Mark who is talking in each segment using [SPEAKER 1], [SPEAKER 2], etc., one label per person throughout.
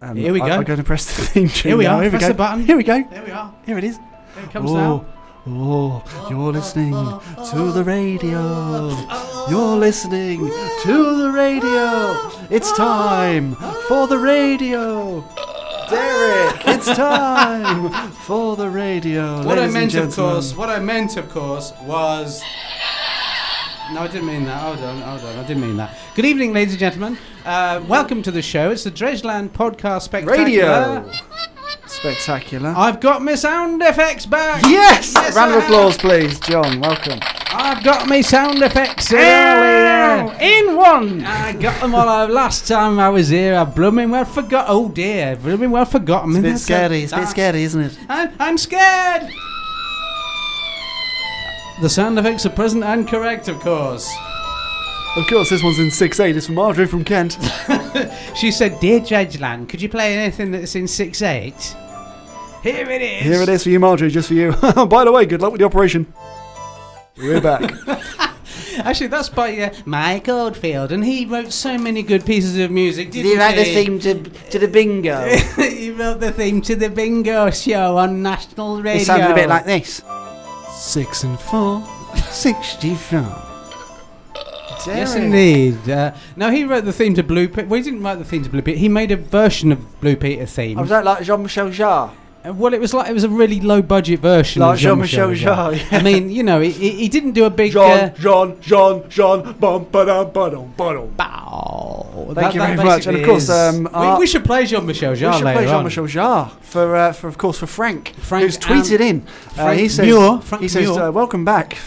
[SPEAKER 1] And
[SPEAKER 2] Here we
[SPEAKER 1] I,
[SPEAKER 2] go.
[SPEAKER 1] I'm going to press the theme tune.
[SPEAKER 2] Here we
[SPEAKER 1] now.
[SPEAKER 2] are.
[SPEAKER 1] Here we
[SPEAKER 2] Press
[SPEAKER 1] go.
[SPEAKER 2] the button.
[SPEAKER 1] Here we go.
[SPEAKER 2] There we are.
[SPEAKER 1] Here it is.
[SPEAKER 2] Here it comes
[SPEAKER 1] oh,
[SPEAKER 2] now.
[SPEAKER 1] oh, you're listening to the radio. You're listening to the radio. It's time for the radio. Derek, it's time for the radio.
[SPEAKER 2] What I
[SPEAKER 1] Ladies and
[SPEAKER 2] meant, of
[SPEAKER 1] gentlemen.
[SPEAKER 2] course, what I meant, of course, was. No, I didn't mean that. Hold on, hold on. I didn't mean that. Good evening, ladies and gentlemen. Uh, welcome to the show. It's the Dredgeland Podcast Spectacular.
[SPEAKER 1] Radio. Spectacular.
[SPEAKER 2] I've got my sound effects back.
[SPEAKER 1] Yes!
[SPEAKER 2] Yes,
[SPEAKER 1] Round
[SPEAKER 2] I
[SPEAKER 1] of
[SPEAKER 2] have.
[SPEAKER 1] applause, please, John. Welcome.
[SPEAKER 2] I've got my sound effects earlier.
[SPEAKER 1] oh, in one.
[SPEAKER 2] I got them all out. Last time I was here, I blooming well forgot. Oh dear, blooming well forgot 'em.
[SPEAKER 1] It's a bit
[SPEAKER 2] That's
[SPEAKER 1] scary. It's a bit
[SPEAKER 2] that's-
[SPEAKER 1] scary, isn't it?
[SPEAKER 2] I'm, I'm scared. The sound effects are present and correct, of course.
[SPEAKER 1] Of course, this one's in 6'8. It's from Marjorie from Kent.
[SPEAKER 2] She said, "Dear Dredgeland, could you play anything that's in six eight? Here it is.
[SPEAKER 1] Here it is for you, Marjorie, just for you. By the way, good luck with the operation. We're back.
[SPEAKER 2] Actually, that's by uh, Mike Oldfield, and he wrote so many good pieces of music. Didn't he?
[SPEAKER 1] to, to the bingo?
[SPEAKER 2] he wrote the theme to the bingo show on national radio.
[SPEAKER 1] this. Six and four, sixty-four.
[SPEAKER 2] Yes, indeed. Uh, no, he wrote the theme to Blue Peter. Well, he didn't write the theme to Blue Peter. He made a version of Blue Peter theme.
[SPEAKER 1] Oh, that like Jean-Michel Jarre?
[SPEAKER 2] Uh, well, it was like it was a really low budget version.
[SPEAKER 1] Like
[SPEAKER 2] of Jean-Michel
[SPEAKER 1] Jean-Michel
[SPEAKER 2] Jarre.
[SPEAKER 1] Jarre,
[SPEAKER 2] I mean, you know, he, he he didn't do a big. uh,
[SPEAKER 1] Jean, Jean, Jean, Jean, bum, ba-dum, ba-dum, ba-dum.
[SPEAKER 2] bow.
[SPEAKER 1] you very much. And of
[SPEAKER 2] basically
[SPEAKER 1] course,
[SPEAKER 2] is-
[SPEAKER 1] um,
[SPEAKER 2] we,
[SPEAKER 1] our-
[SPEAKER 2] we should play Jean-Michel Jarre
[SPEAKER 1] we should
[SPEAKER 2] later
[SPEAKER 1] play
[SPEAKER 2] on.
[SPEAKER 1] Jean-Michel Jarre for, uh, for, of course, for Frank,
[SPEAKER 2] Frank
[SPEAKER 1] who's tweeted in. Uh,
[SPEAKER 2] Frank
[SPEAKER 1] he says,
[SPEAKER 2] Muir. Frank
[SPEAKER 1] he says,
[SPEAKER 2] Muir.
[SPEAKER 1] uh, "Welcome back.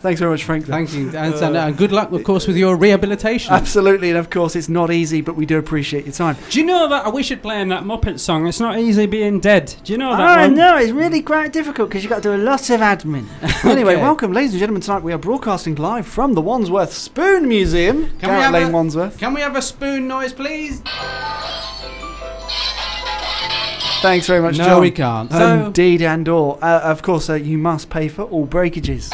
[SPEAKER 1] Thanks very much, Frank.
[SPEAKER 2] Thank you, and, and, uh, good luck, of course, with your rehabilitation.
[SPEAKER 1] Absolutely, and of course, it's not easy, but we do appreciate your time.
[SPEAKER 3] Do you know that we should play in that Muppet song? It's not easy being dead. Do you know that
[SPEAKER 1] Oh
[SPEAKER 3] one?
[SPEAKER 1] no, it's really quite difficult because you've got to do a lot of admin. anyway, welcome, ladies and gentlemen. Tonight we are broadcasting live from the Wandsworth Spoon Museum,
[SPEAKER 2] we
[SPEAKER 1] Garrett
[SPEAKER 2] have
[SPEAKER 1] Lane,
[SPEAKER 2] a-
[SPEAKER 1] Wandsworth.
[SPEAKER 2] Can we have a spoon noise, please?
[SPEAKER 1] Thanks very much,
[SPEAKER 2] No,
[SPEAKER 1] John.
[SPEAKER 2] we can't. So-
[SPEAKER 1] Indeed, and all. Uh, of course, uh, you must pay for all breakages.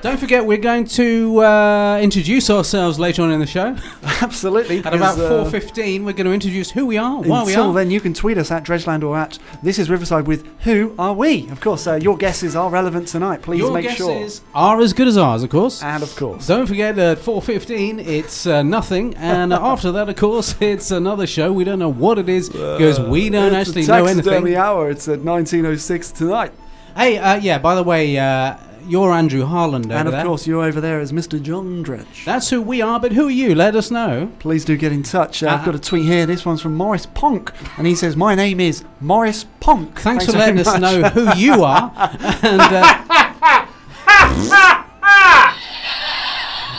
[SPEAKER 2] Don't forget, we're going to uh, introduce ourselves later on in the show.
[SPEAKER 1] Absolutely.
[SPEAKER 2] At about
[SPEAKER 1] because, uh,
[SPEAKER 2] 4.15, we're going to introduce who we are, why Oh, we
[SPEAKER 1] Until
[SPEAKER 2] are.
[SPEAKER 1] then, you can tweet us at Dredgeland or at This Is Riverside with Who Are We? Of course, uh, your guesses are relevant tonight. Please
[SPEAKER 2] Your
[SPEAKER 1] make
[SPEAKER 2] guesses
[SPEAKER 1] sure.
[SPEAKER 2] are as good as ours, of course.
[SPEAKER 1] and of course,
[SPEAKER 2] Don't forget, at 4.15, it's uh, nothing. And after that, of course, it's another show. We don't know what it is because we don't
[SPEAKER 1] Uh, it's
[SPEAKER 2] actually
[SPEAKER 1] a
[SPEAKER 2] know anything.
[SPEAKER 1] taxidermy hour. It's at 1906 tonight.
[SPEAKER 2] Hey, uh, yeah, by the way, uh, you're Andrew Harland over
[SPEAKER 1] And of
[SPEAKER 2] there.
[SPEAKER 1] course, you're over there as Mr. John Dredge.
[SPEAKER 2] That's who we are, but who are you? Let us know.
[SPEAKER 1] Please do get in touch. Uh,
[SPEAKER 2] Uh,
[SPEAKER 1] I've got a tweet here. This one's from Morris Ponk, and he says, "My name is Morris Ponk."
[SPEAKER 2] Thanks, for
[SPEAKER 1] very
[SPEAKER 2] letting us
[SPEAKER 1] much.
[SPEAKER 2] know who you are. and, uh,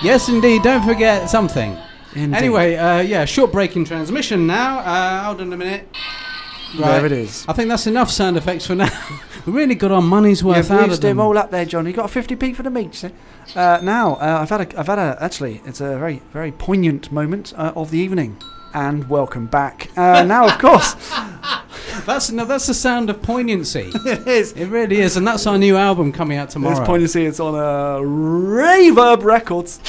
[SPEAKER 2] yes, indeed. Don't forget something.
[SPEAKER 1] Indeed.
[SPEAKER 2] Anyway, uh, yeah, short break in transmission now. Uh, hold on a minute.
[SPEAKER 1] there it is.
[SPEAKER 2] I think that's enough sound effects for now. we really got our money's
[SPEAKER 1] You've
[SPEAKER 2] worth out of
[SPEAKER 1] used
[SPEAKER 2] them.
[SPEAKER 1] him all up there, John. You got a fifty p for the meat. sir? Uh, now, uh, I've had a, I've had a. Actually, it's a very, very poignant moment uh, of the evening. And welcome back. Uh, now, of course,
[SPEAKER 2] That's no, that's the sound of poignancy.
[SPEAKER 1] it is.
[SPEAKER 2] it really is, and that's our new album coming out tomorrow.
[SPEAKER 1] It's poignancy. It's on uh, Reverb Records.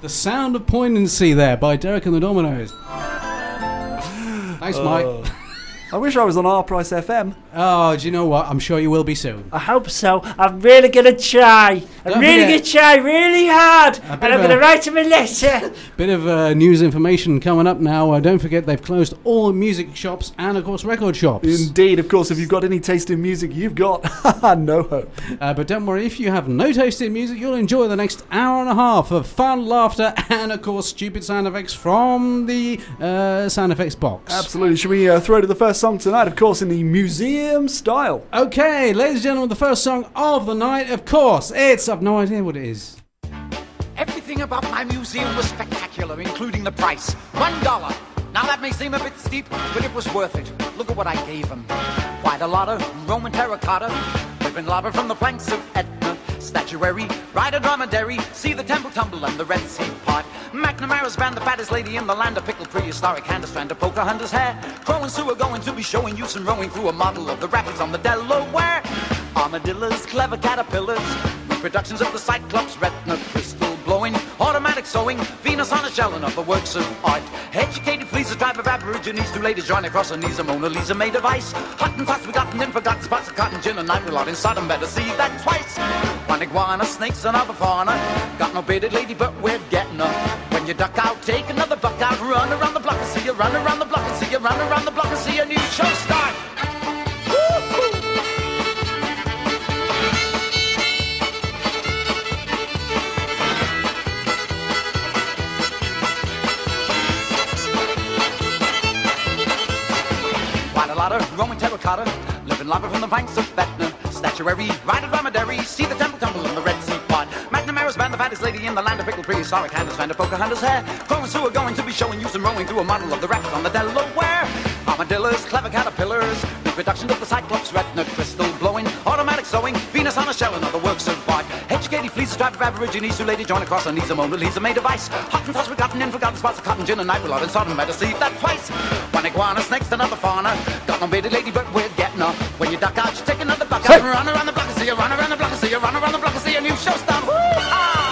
[SPEAKER 2] The Sound of Poignancy there by Derek and the Dominoes. Thanks, Mike.
[SPEAKER 1] Uh, I wish I was on R Price FM.
[SPEAKER 2] Oh, do you know what? I'm sure you will be soon.
[SPEAKER 1] I hope so. I'm really gonna try. I'm
[SPEAKER 2] Don't really forget- gonna
[SPEAKER 1] try really hard,
[SPEAKER 2] bit And I'm of gonna a-
[SPEAKER 1] write him a letter.
[SPEAKER 2] Bit of uh, news information coming up now. Uh, don't forget they've closed all music shops and, of course, record shops.
[SPEAKER 1] Indeed, of course. If you've got any taste in music, you've got no hope.
[SPEAKER 2] Uh, but don't worry, if you have no taste in music, you'll enjoy the next hour and a half of fun, laughter, and, of course, stupid sound effects from the uh, sound effects box.
[SPEAKER 1] Absolutely. Should we uh, throw to the first song tonight? Of course, in the museum style.
[SPEAKER 2] Okay, ladies and gentlemen, the first song of the night, of course, it's. I've no idea what it is.
[SPEAKER 4] Everything about my museum was spectacular, including the price. One dollar. Now that may seem a bit steep, but it was worth it. Look at what I gave them. Quite a lot of Roman terracotta, ribbon lava from the flanks of Etna, statuary, ride a dromedary, see the temple tumble and the Red Sea part. McNamara's band, the fattest lady in the land, a pickled prehistoric hand, a strand of Pocahontas hair. Crow and Sue are going to be showing you some rowing through a model of the rapids on the Delaware. Armadillos, clever caterpillars, reproductions of the Cyclops, retina crystal blowing blowing, automatic sewing, Venus on a shell and other works of art. Educated fleas, a tribe of aborigines, two ladies join across her knees, a Mona Lisa made of ice. Hot and fast, forgotten and forgotten spots of cotton gin, and I'm lot inside and better see that twice. One iguana, snakes, another fauna, got no bearded lady, but we're getting her. When you duck out, take another buck out, run around the block and see you, run around the block and see you, run around the block and see a new show start. Quite a lot of Roman terracotta, living lava from the banks of Etna. Statuary, right of dromedary, see the temple tumble in the Red Sea pot. Magnum Maris, man, the fattest lady in the land of pickled prehistoric handles, Van de Pocahontas hair. Chrome and Sue are going to be showing you some rowing through a model of the rapids on the Delaware. Armadillos, clever caterpillars, reproductions of the Cyclops, retina crystal blowing, automatic sewing, Venus on a shell and other works of art. Educated fleece, a tribe of aborigines, who lady join across her knees, a Mona Lisa made of ice. Hot and tossed, forgotten and forgotten spots of cotton gin and night, we and sodden, better see that twice. One iguana, snakes, another fauna, got no bearded lady, but we're getting her. When you duck out, you take another buck out, run around the block and see you, run around the block and see you, run around the block and see a new show start. Woo-ha!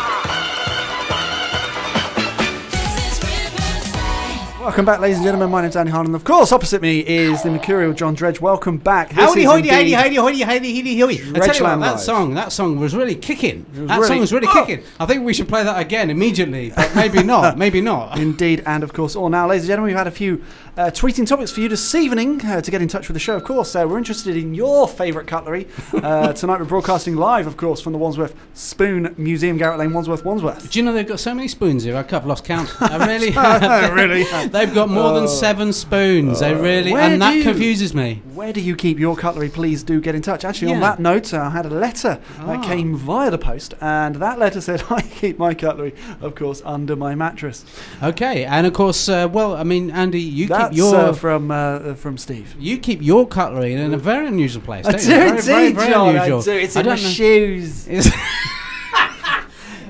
[SPEAKER 1] Welcome back, ladies and gentlemen. My name's Danny Harlan. Of course, opposite me is the Mercurial John Dredge. Welcome back. This
[SPEAKER 2] Howdy,
[SPEAKER 1] is
[SPEAKER 2] hoity,
[SPEAKER 1] indeed-
[SPEAKER 2] hoity, hoity, hoity, hoity, hoity, hoity. I tell you what,
[SPEAKER 1] Dredgeland Live.
[SPEAKER 2] that song, that song was really kicking.
[SPEAKER 1] was
[SPEAKER 2] That
[SPEAKER 1] really-
[SPEAKER 2] song was really
[SPEAKER 1] Oh!
[SPEAKER 2] kicking. I think we should play that again immediately, but maybe not. Maybe not.
[SPEAKER 1] Indeed, and of course, all now, ladies and gentlemen, we've had a few uh, tweeting topics for you this evening uh, to get in touch with the show. Of course, uh, we're interested in your favourite cutlery. Uh, tonight, we're broadcasting live, of course, from the Wandsworth Spoon Museum, Garrett Lane, Wandsworth, Wandsworth.
[SPEAKER 2] Do you know they've got so many spoons here? I have lost count. I really
[SPEAKER 1] no, really. Oh.
[SPEAKER 2] They've got more than seven spoons. They really,
[SPEAKER 1] Where
[SPEAKER 2] and
[SPEAKER 1] do
[SPEAKER 2] that
[SPEAKER 1] you-
[SPEAKER 2] confuses me.
[SPEAKER 1] Where do you keep your cutlery? Please do get in touch. Actually, on
[SPEAKER 2] Yeah. Ah.
[SPEAKER 1] that note, uh, I had a letter that came via the post, and that letter said, I keep my cutlery, of course, under my mattress.
[SPEAKER 2] Okay, and of course, uh, well, I mean, Andy, you
[SPEAKER 1] That's
[SPEAKER 2] keep your
[SPEAKER 1] uh, from, uh, from Steve.
[SPEAKER 2] you keep your cutlery in a very unusual place.
[SPEAKER 1] I
[SPEAKER 2] don't
[SPEAKER 1] do
[SPEAKER 2] you? Very,
[SPEAKER 1] indeed,
[SPEAKER 2] very, very
[SPEAKER 1] John.
[SPEAKER 2] unusual.
[SPEAKER 1] I do. It's
[SPEAKER 2] I
[SPEAKER 1] in my
[SPEAKER 2] don't know-
[SPEAKER 1] shoes.
[SPEAKER 2] It's-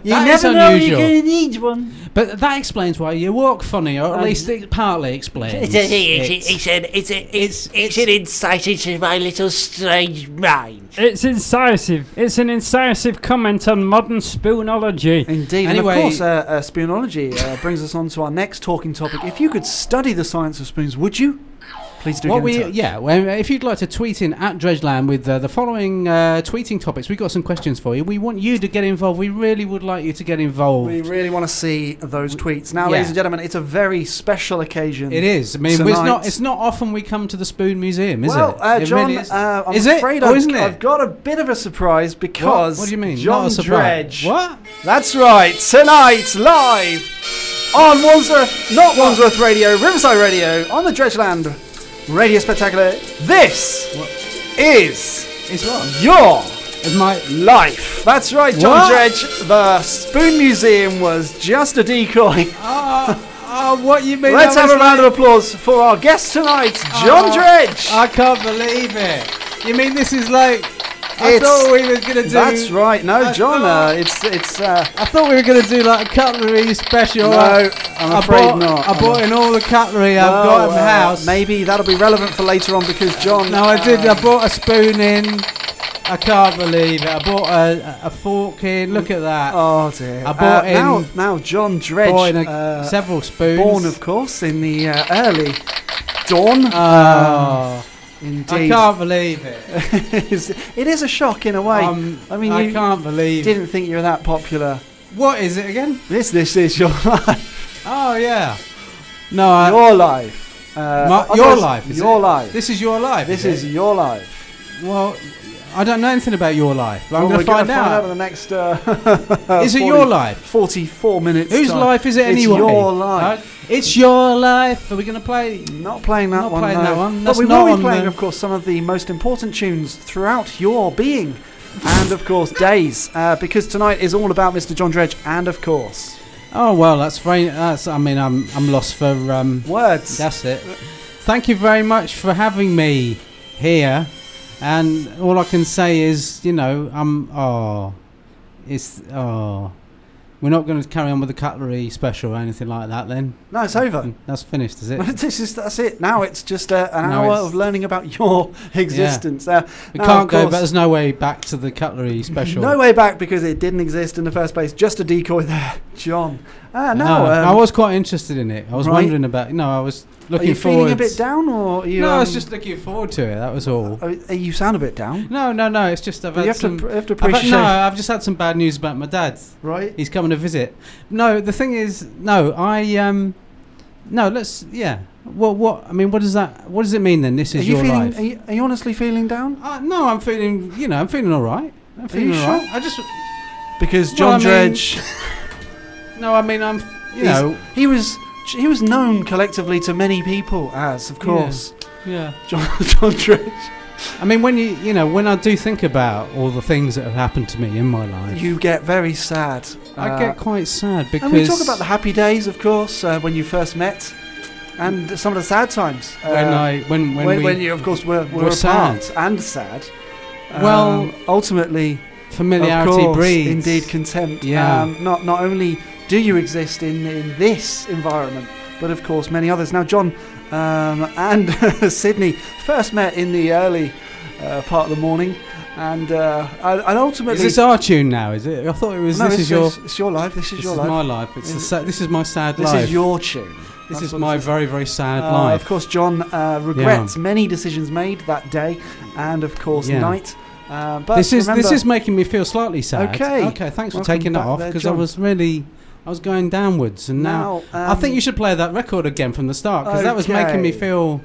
[SPEAKER 1] You
[SPEAKER 2] That is
[SPEAKER 1] never know you're
[SPEAKER 2] unusual.
[SPEAKER 1] going to need one.
[SPEAKER 2] But that explains why you walk funny, or at least it partly explains.
[SPEAKER 5] It's, a, it's,
[SPEAKER 2] it.
[SPEAKER 5] it's, it's, an, it's, a, it's, it's an insight into my little strange mind.
[SPEAKER 3] It's incisive. It's an incisive comment on modern spoonology.
[SPEAKER 1] Indeed.
[SPEAKER 2] Anyway-
[SPEAKER 1] and of course, uh, uh, spoonology uh, brings us on to our next talking topic. If you could study the science of spoons, would you? Please do
[SPEAKER 2] What
[SPEAKER 1] get in
[SPEAKER 2] we,
[SPEAKER 1] touch.
[SPEAKER 2] yeah, well, if you'd like to tweet in at Dredgeland with uh, the following uh, tweeting topics, we've got some questions for you. We want you to get involved. We really would like you to get involved.
[SPEAKER 1] We really want to see those tweets. Now,
[SPEAKER 2] yeah.
[SPEAKER 1] ladies and gentlemen, it's a very special occasion.
[SPEAKER 2] It is. I mean, it's
[SPEAKER 1] Tonight-
[SPEAKER 2] not. It's not often we come to the Spoon Museum, is
[SPEAKER 1] well,
[SPEAKER 2] it?
[SPEAKER 1] uh,
[SPEAKER 2] It
[SPEAKER 1] John,
[SPEAKER 2] really is.
[SPEAKER 1] uh, I'm
[SPEAKER 2] Is it?
[SPEAKER 1] afraid
[SPEAKER 2] Oh,
[SPEAKER 1] I've,
[SPEAKER 2] isn't it?
[SPEAKER 1] I've got a bit of a surprise
[SPEAKER 2] what?
[SPEAKER 1] because
[SPEAKER 2] what do you mean?
[SPEAKER 1] John
[SPEAKER 2] not a surprise.
[SPEAKER 1] Dredge.
[SPEAKER 2] What?
[SPEAKER 1] That's right, tonight, live on Wandsworth, not Wandsworth Radio, Riverside Radio, on the Dredgeland Radio Spectacular. This
[SPEAKER 2] What?
[SPEAKER 1] is
[SPEAKER 2] It's what?
[SPEAKER 1] your
[SPEAKER 2] It's my.
[SPEAKER 1] life. That's right, John
[SPEAKER 2] What?
[SPEAKER 1] Dredge. The Spoon Museum was just a decoy.
[SPEAKER 2] Oh, oh, what you mean?
[SPEAKER 1] Let's
[SPEAKER 2] I
[SPEAKER 1] have
[SPEAKER 2] was
[SPEAKER 1] a round
[SPEAKER 2] like-
[SPEAKER 1] of applause for our guest tonight, John
[SPEAKER 2] Oh,
[SPEAKER 1] Dredge.
[SPEAKER 2] I can't believe it. You mean this is like? I
[SPEAKER 1] It's-
[SPEAKER 2] thought we were gonna do.
[SPEAKER 1] That's right. No,
[SPEAKER 2] I
[SPEAKER 1] John,
[SPEAKER 2] thought-
[SPEAKER 1] uh, it's it's uh,
[SPEAKER 2] I thought we were gonna do like a cutlery special.
[SPEAKER 1] No,
[SPEAKER 2] I-
[SPEAKER 1] I'm
[SPEAKER 2] I
[SPEAKER 1] afraid
[SPEAKER 2] bought,
[SPEAKER 1] not.
[SPEAKER 2] I bought in all the cutlery I've
[SPEAKER 1] oh,
[SPEAKER 2] got in the
[SPEAKER 1] uh,
[SPEAKER 2] house.
[SPEAKER 1] Maybe that'll be relevant for later on because John.
[SPEAKER 2] No, I did.
[SPEAKER 1] uh,
[SPEAKER 2] I bought a spoon in. I can't believe it. I bought a, a fork in. Look at that.
[SPEAKER 1] Oh dear.
[SPEAKER 2] I bought
[SPEAKER 1] Uh, now,
[SPEAKER 2] in-
[SPEAKER 1] now John Dredge,
[SPEAKER 2] bought in a,
[SPEAKER 1] uh,
[SPEAKER 2] several spoons.
[SPEAKER 1] born of course in the uh, early dawn. Um,
[SPEAKER 2] Oh, I
[SPEAKER 1] Indeed,
[SPEAKER 2] can't believe it.
[SPEAKER 1] it is a shock in a way.
[SPEAKER 2] Um,
[SPEAKER 1] I mean,
[SPEAKER 2] I
[SPEAKER 1] you
[SPEAKER 2] can't believe.
[SPEAKER 1] didn't think you were that popular.
[SPEAKER 2] What is it again?
[SPEAKER 1] This, this is your life.
[SPEAKER 2] Oh yeah. No, I,
[SPEAKER 1] your life. Uh,
[SPEAKER 2] my-
[SPEAKER 1] otherwise-
[SPEAKER 2] your life. Is
[SPEAKER 1] your
[SPEAKER 2] it?
[SPEAKER 1] life. This,
[SPEAKER 2] This is your life.
[SPEAKER 1] is
[SPEAKER 2] it?
[SPEAKER 1] your life.
[SPEAKER 2] well. I don't know anything about your life. But I'm
[SPEAKER 1] Well,
[SPEAKER 2] going
[SPEAKER 1] we're
[SPEAKER 2] to find
[SPEAKER 1] gonna
[SPEAKER 2] out.
[SPEAKER 1] in the next. Uh,
[SPEAKER 2] is it
[SPEAKER 1] 40
[SPEAKER 2] your life?
[SPEAKER 1] Forty-four minutes.
[SPEAKER 2] Whose
[SPEAKER 1] time.
[SPEAKER 2] life is it
[SPEAKER 1] It's
[SPEAKER 2] anyway?
[SPEAKER 1] your life.
[SPEAKER 2] Right? It's your life. Are we going to play?
[SPEAKER 1] Not playing that
[SPEAKER 2] Not
[SPEAKER 1] one.
[SPEAKER 2] playing
[SPEAKER 1] no.
[SPEAKER 2] that one.
[SPEAKER 1] But
[SPEAKER 2] That's
[SPEAKER 1] we
[SPEAKER 2] not
[SPEAKER 1] will
[SPEAKER 2] on
[SPEAKER 1] be playing,
[SPEAKER 2] the-
[SPEAKER 1] of course, some of the most important tunes throughout your being, and of course days, uh, because tonight is all about Mr. John Dredge, and of course
[SPEAKER 2] Oh well, that's very. That's. I mean, I'm. I'm lost for. Um,
[SPEAKER 1] words.
[SPEAKER 2] That's it. Thank you very much for having me here. And all I can say is, you know, I'm. Oh, it's. Oh, We're not going to carry on with the cutlery special or anything like that. Then
[SPEAKER 1] No, it's over.
[SPEAKER 2] that's finished, is it?
[SPEAKER 1] this is that's it. Now it's just uh, an
[SPEAKER 2] Now
[SPEAKER 1] hour
[SPEAKER 2] it's-
[SPEAKER 1] of learning about your existence. Uh,
[SPEAKER 2] We
[SPEAKER 1] now,
[SPEAKER 2] can't
[SPEAKER 1] of
[SPEAKER 2] go. But
[SPEAKER 1] course,
[SPEAKER 2] there's no way back to the cutlery special.
[SPEAKER 1] No way back because it didn't exist in the first place. Just a decoy there, John. Ah,
[SPEAKER 2] No,
[SPEAKER 1] now um,
[SPEAKER 2] I was quite interested in it. I was
[SPEAKER 1] right.
[SPEAKER 2] wondering about. No, I was
[SPEAKER 1] Are
[SPEAKER 2] looking
[SPEAKER 1] you
[SPEAKER 2] forward.
[SPEAKER 1] feeling a bit down, or are you?
[SPEAKER 2] no, I was
[SPEAKER 1] um,
[SPEAKER 2] just looking forward to it. That was all.
[SPEAKER 1] uh, uh, you sound a bit down.
[SPEAKER 2] No, no, no. It's just I've had
[SPEAKER 1] But you have to,
[SPEAKER 2] some.
[SPEAKER 1] pr- have to
[SPEAKER 2] I've had-
[SPEAKER 1] appreciate,
[SPEAKER 2] no, I've just had some bad news about my dad.
[SPEAKER 1] right?
[SPEAKER 2] He's coming to visit. No, the thing is, no, I um, no. Let's yeah. What what? I mean, what does that? What does it mean then? This
[SPEAKER 1] Are
[SPEAKER 2] is
[SPEAKER 1] you
[SPEAKER 2] your
[SPEAKER 1] feeling?
[SPEAKER 2] life.
[SPEAKER 1] Are you, are you honestly feeling down?
[SPEAKER 2] Uh, no, I'm feeling. You know, I'm feeling all right. I'm feeling
[SPEAKER 1] you
[SPEAKER 2] all right.
[SPEAKER 1] sure?
[SPEAKER 2] I just
[SPEAKER 1] Because
[SPEAKER 2] Well,
[SPEAKER 1] John
[SPEAKER 2] I mean,
[SPEAKER 1] Dredge,
[SPEAKER 2] no. I mean, I'm. You
[SPEAKER 1] he's-
[SPEAKER 2] know.
[SPEAKER 1] he was he was known collectively to many people as, of course,
[SPEAKER 2] Yeah.
[SPEAKER 1] John John Dredge.
[SPEAKER 2] I mean, when you you know when I do think about all the things that have happened to me in my life,
[SPEAKER 1] You get very sad.
[SPEAKER 2] I
[SPEAKER 1] uh,
[SPEAKER 2] get quite sad because.
[SPEAKER 1] And we talk about the happy days, of course, uh, when you first met, and some of the sad times. Uh,
[SPEAKER 2] when I when when,
[SPEAKER 1] when,
[SPEAKER 2] we,
[SPEAKER 1] when you, of course, were, were
[SPEAKER 2] were
[SPEAKER 1] apart
[SPEAKER 2] sad.
[SPEAKER 1] and sad.
[SPEAKER 2] Well,
[SPEAKER 1] Um, ultimately,
[SPEAKER 2] familiarity
[SPEAKER 1] of course,
[SPEAKER 2] breeds
[SPEAKER 1] indeed contempt.
[SPEAKER 2] Yeah.
[SPEAKER 1] Um, not not only do you exist in in this environment, but of course many others. Now, John um, and Sydney first met in the early uh, part of the morning, and uh, and and ultimately,
[SPEAKER 2] Is this our tune now? Is it? I thought it was.
[SPEAKER 1] no,
[SPEAKER 2] this
[SPEAKER 1] it's,
[SPEAKER 2] is your.
[SPEAKER 1] it's, it's your life. This
[SPEAKER 2] This
[SPEAKER 1] is
[SPEAKER 2] is
[SPEAKER 1] your life.
[SPEAKER 2] my life. It's the
[SPEAKER 1] Is-
[SPEAKER 2] sa- this is my sad
[SPEAKER 1] this
[SPEAKER 2] life.
[SPEAKER 1] is your tune.
[SPEAKER 2] This is
[SPEAKER 1] That's what
[SPEAKER 2] my very very sad
[SPEAKER 1] Uh,
[SPEAKER 2] life.
[SPEAKER 1] Of course, John uh, regrets many decisions made that day, and of course,
[SPEAKER 2] Yeah.
[SPEAKER 1] night. Uh, but
[SPEAKER 2] this is
[SPEAKER 1] remember-
[SPEAKER 2] this is making me feel slightly sad.
[SPEAKER 1] Okay.
[SPEAKER 2] Okay. Thanks for
[SPEAKER 1] Welcome
[SPEAKER 2] taking that
[SPEAKER 1] back
[SPEAKER 2] off
[SPEAKER 1] there,
[SPEAKER 2] because I
[SPEAKER 1] John.
[SPEAKER 2] was really I was going downwards and now, I
[SPEAKER 1] um,
[SPEAKER 2] think you should play that record again from the start because that was making me
[SPEAKER 1] Okay.
[SPEAKER 2] feel.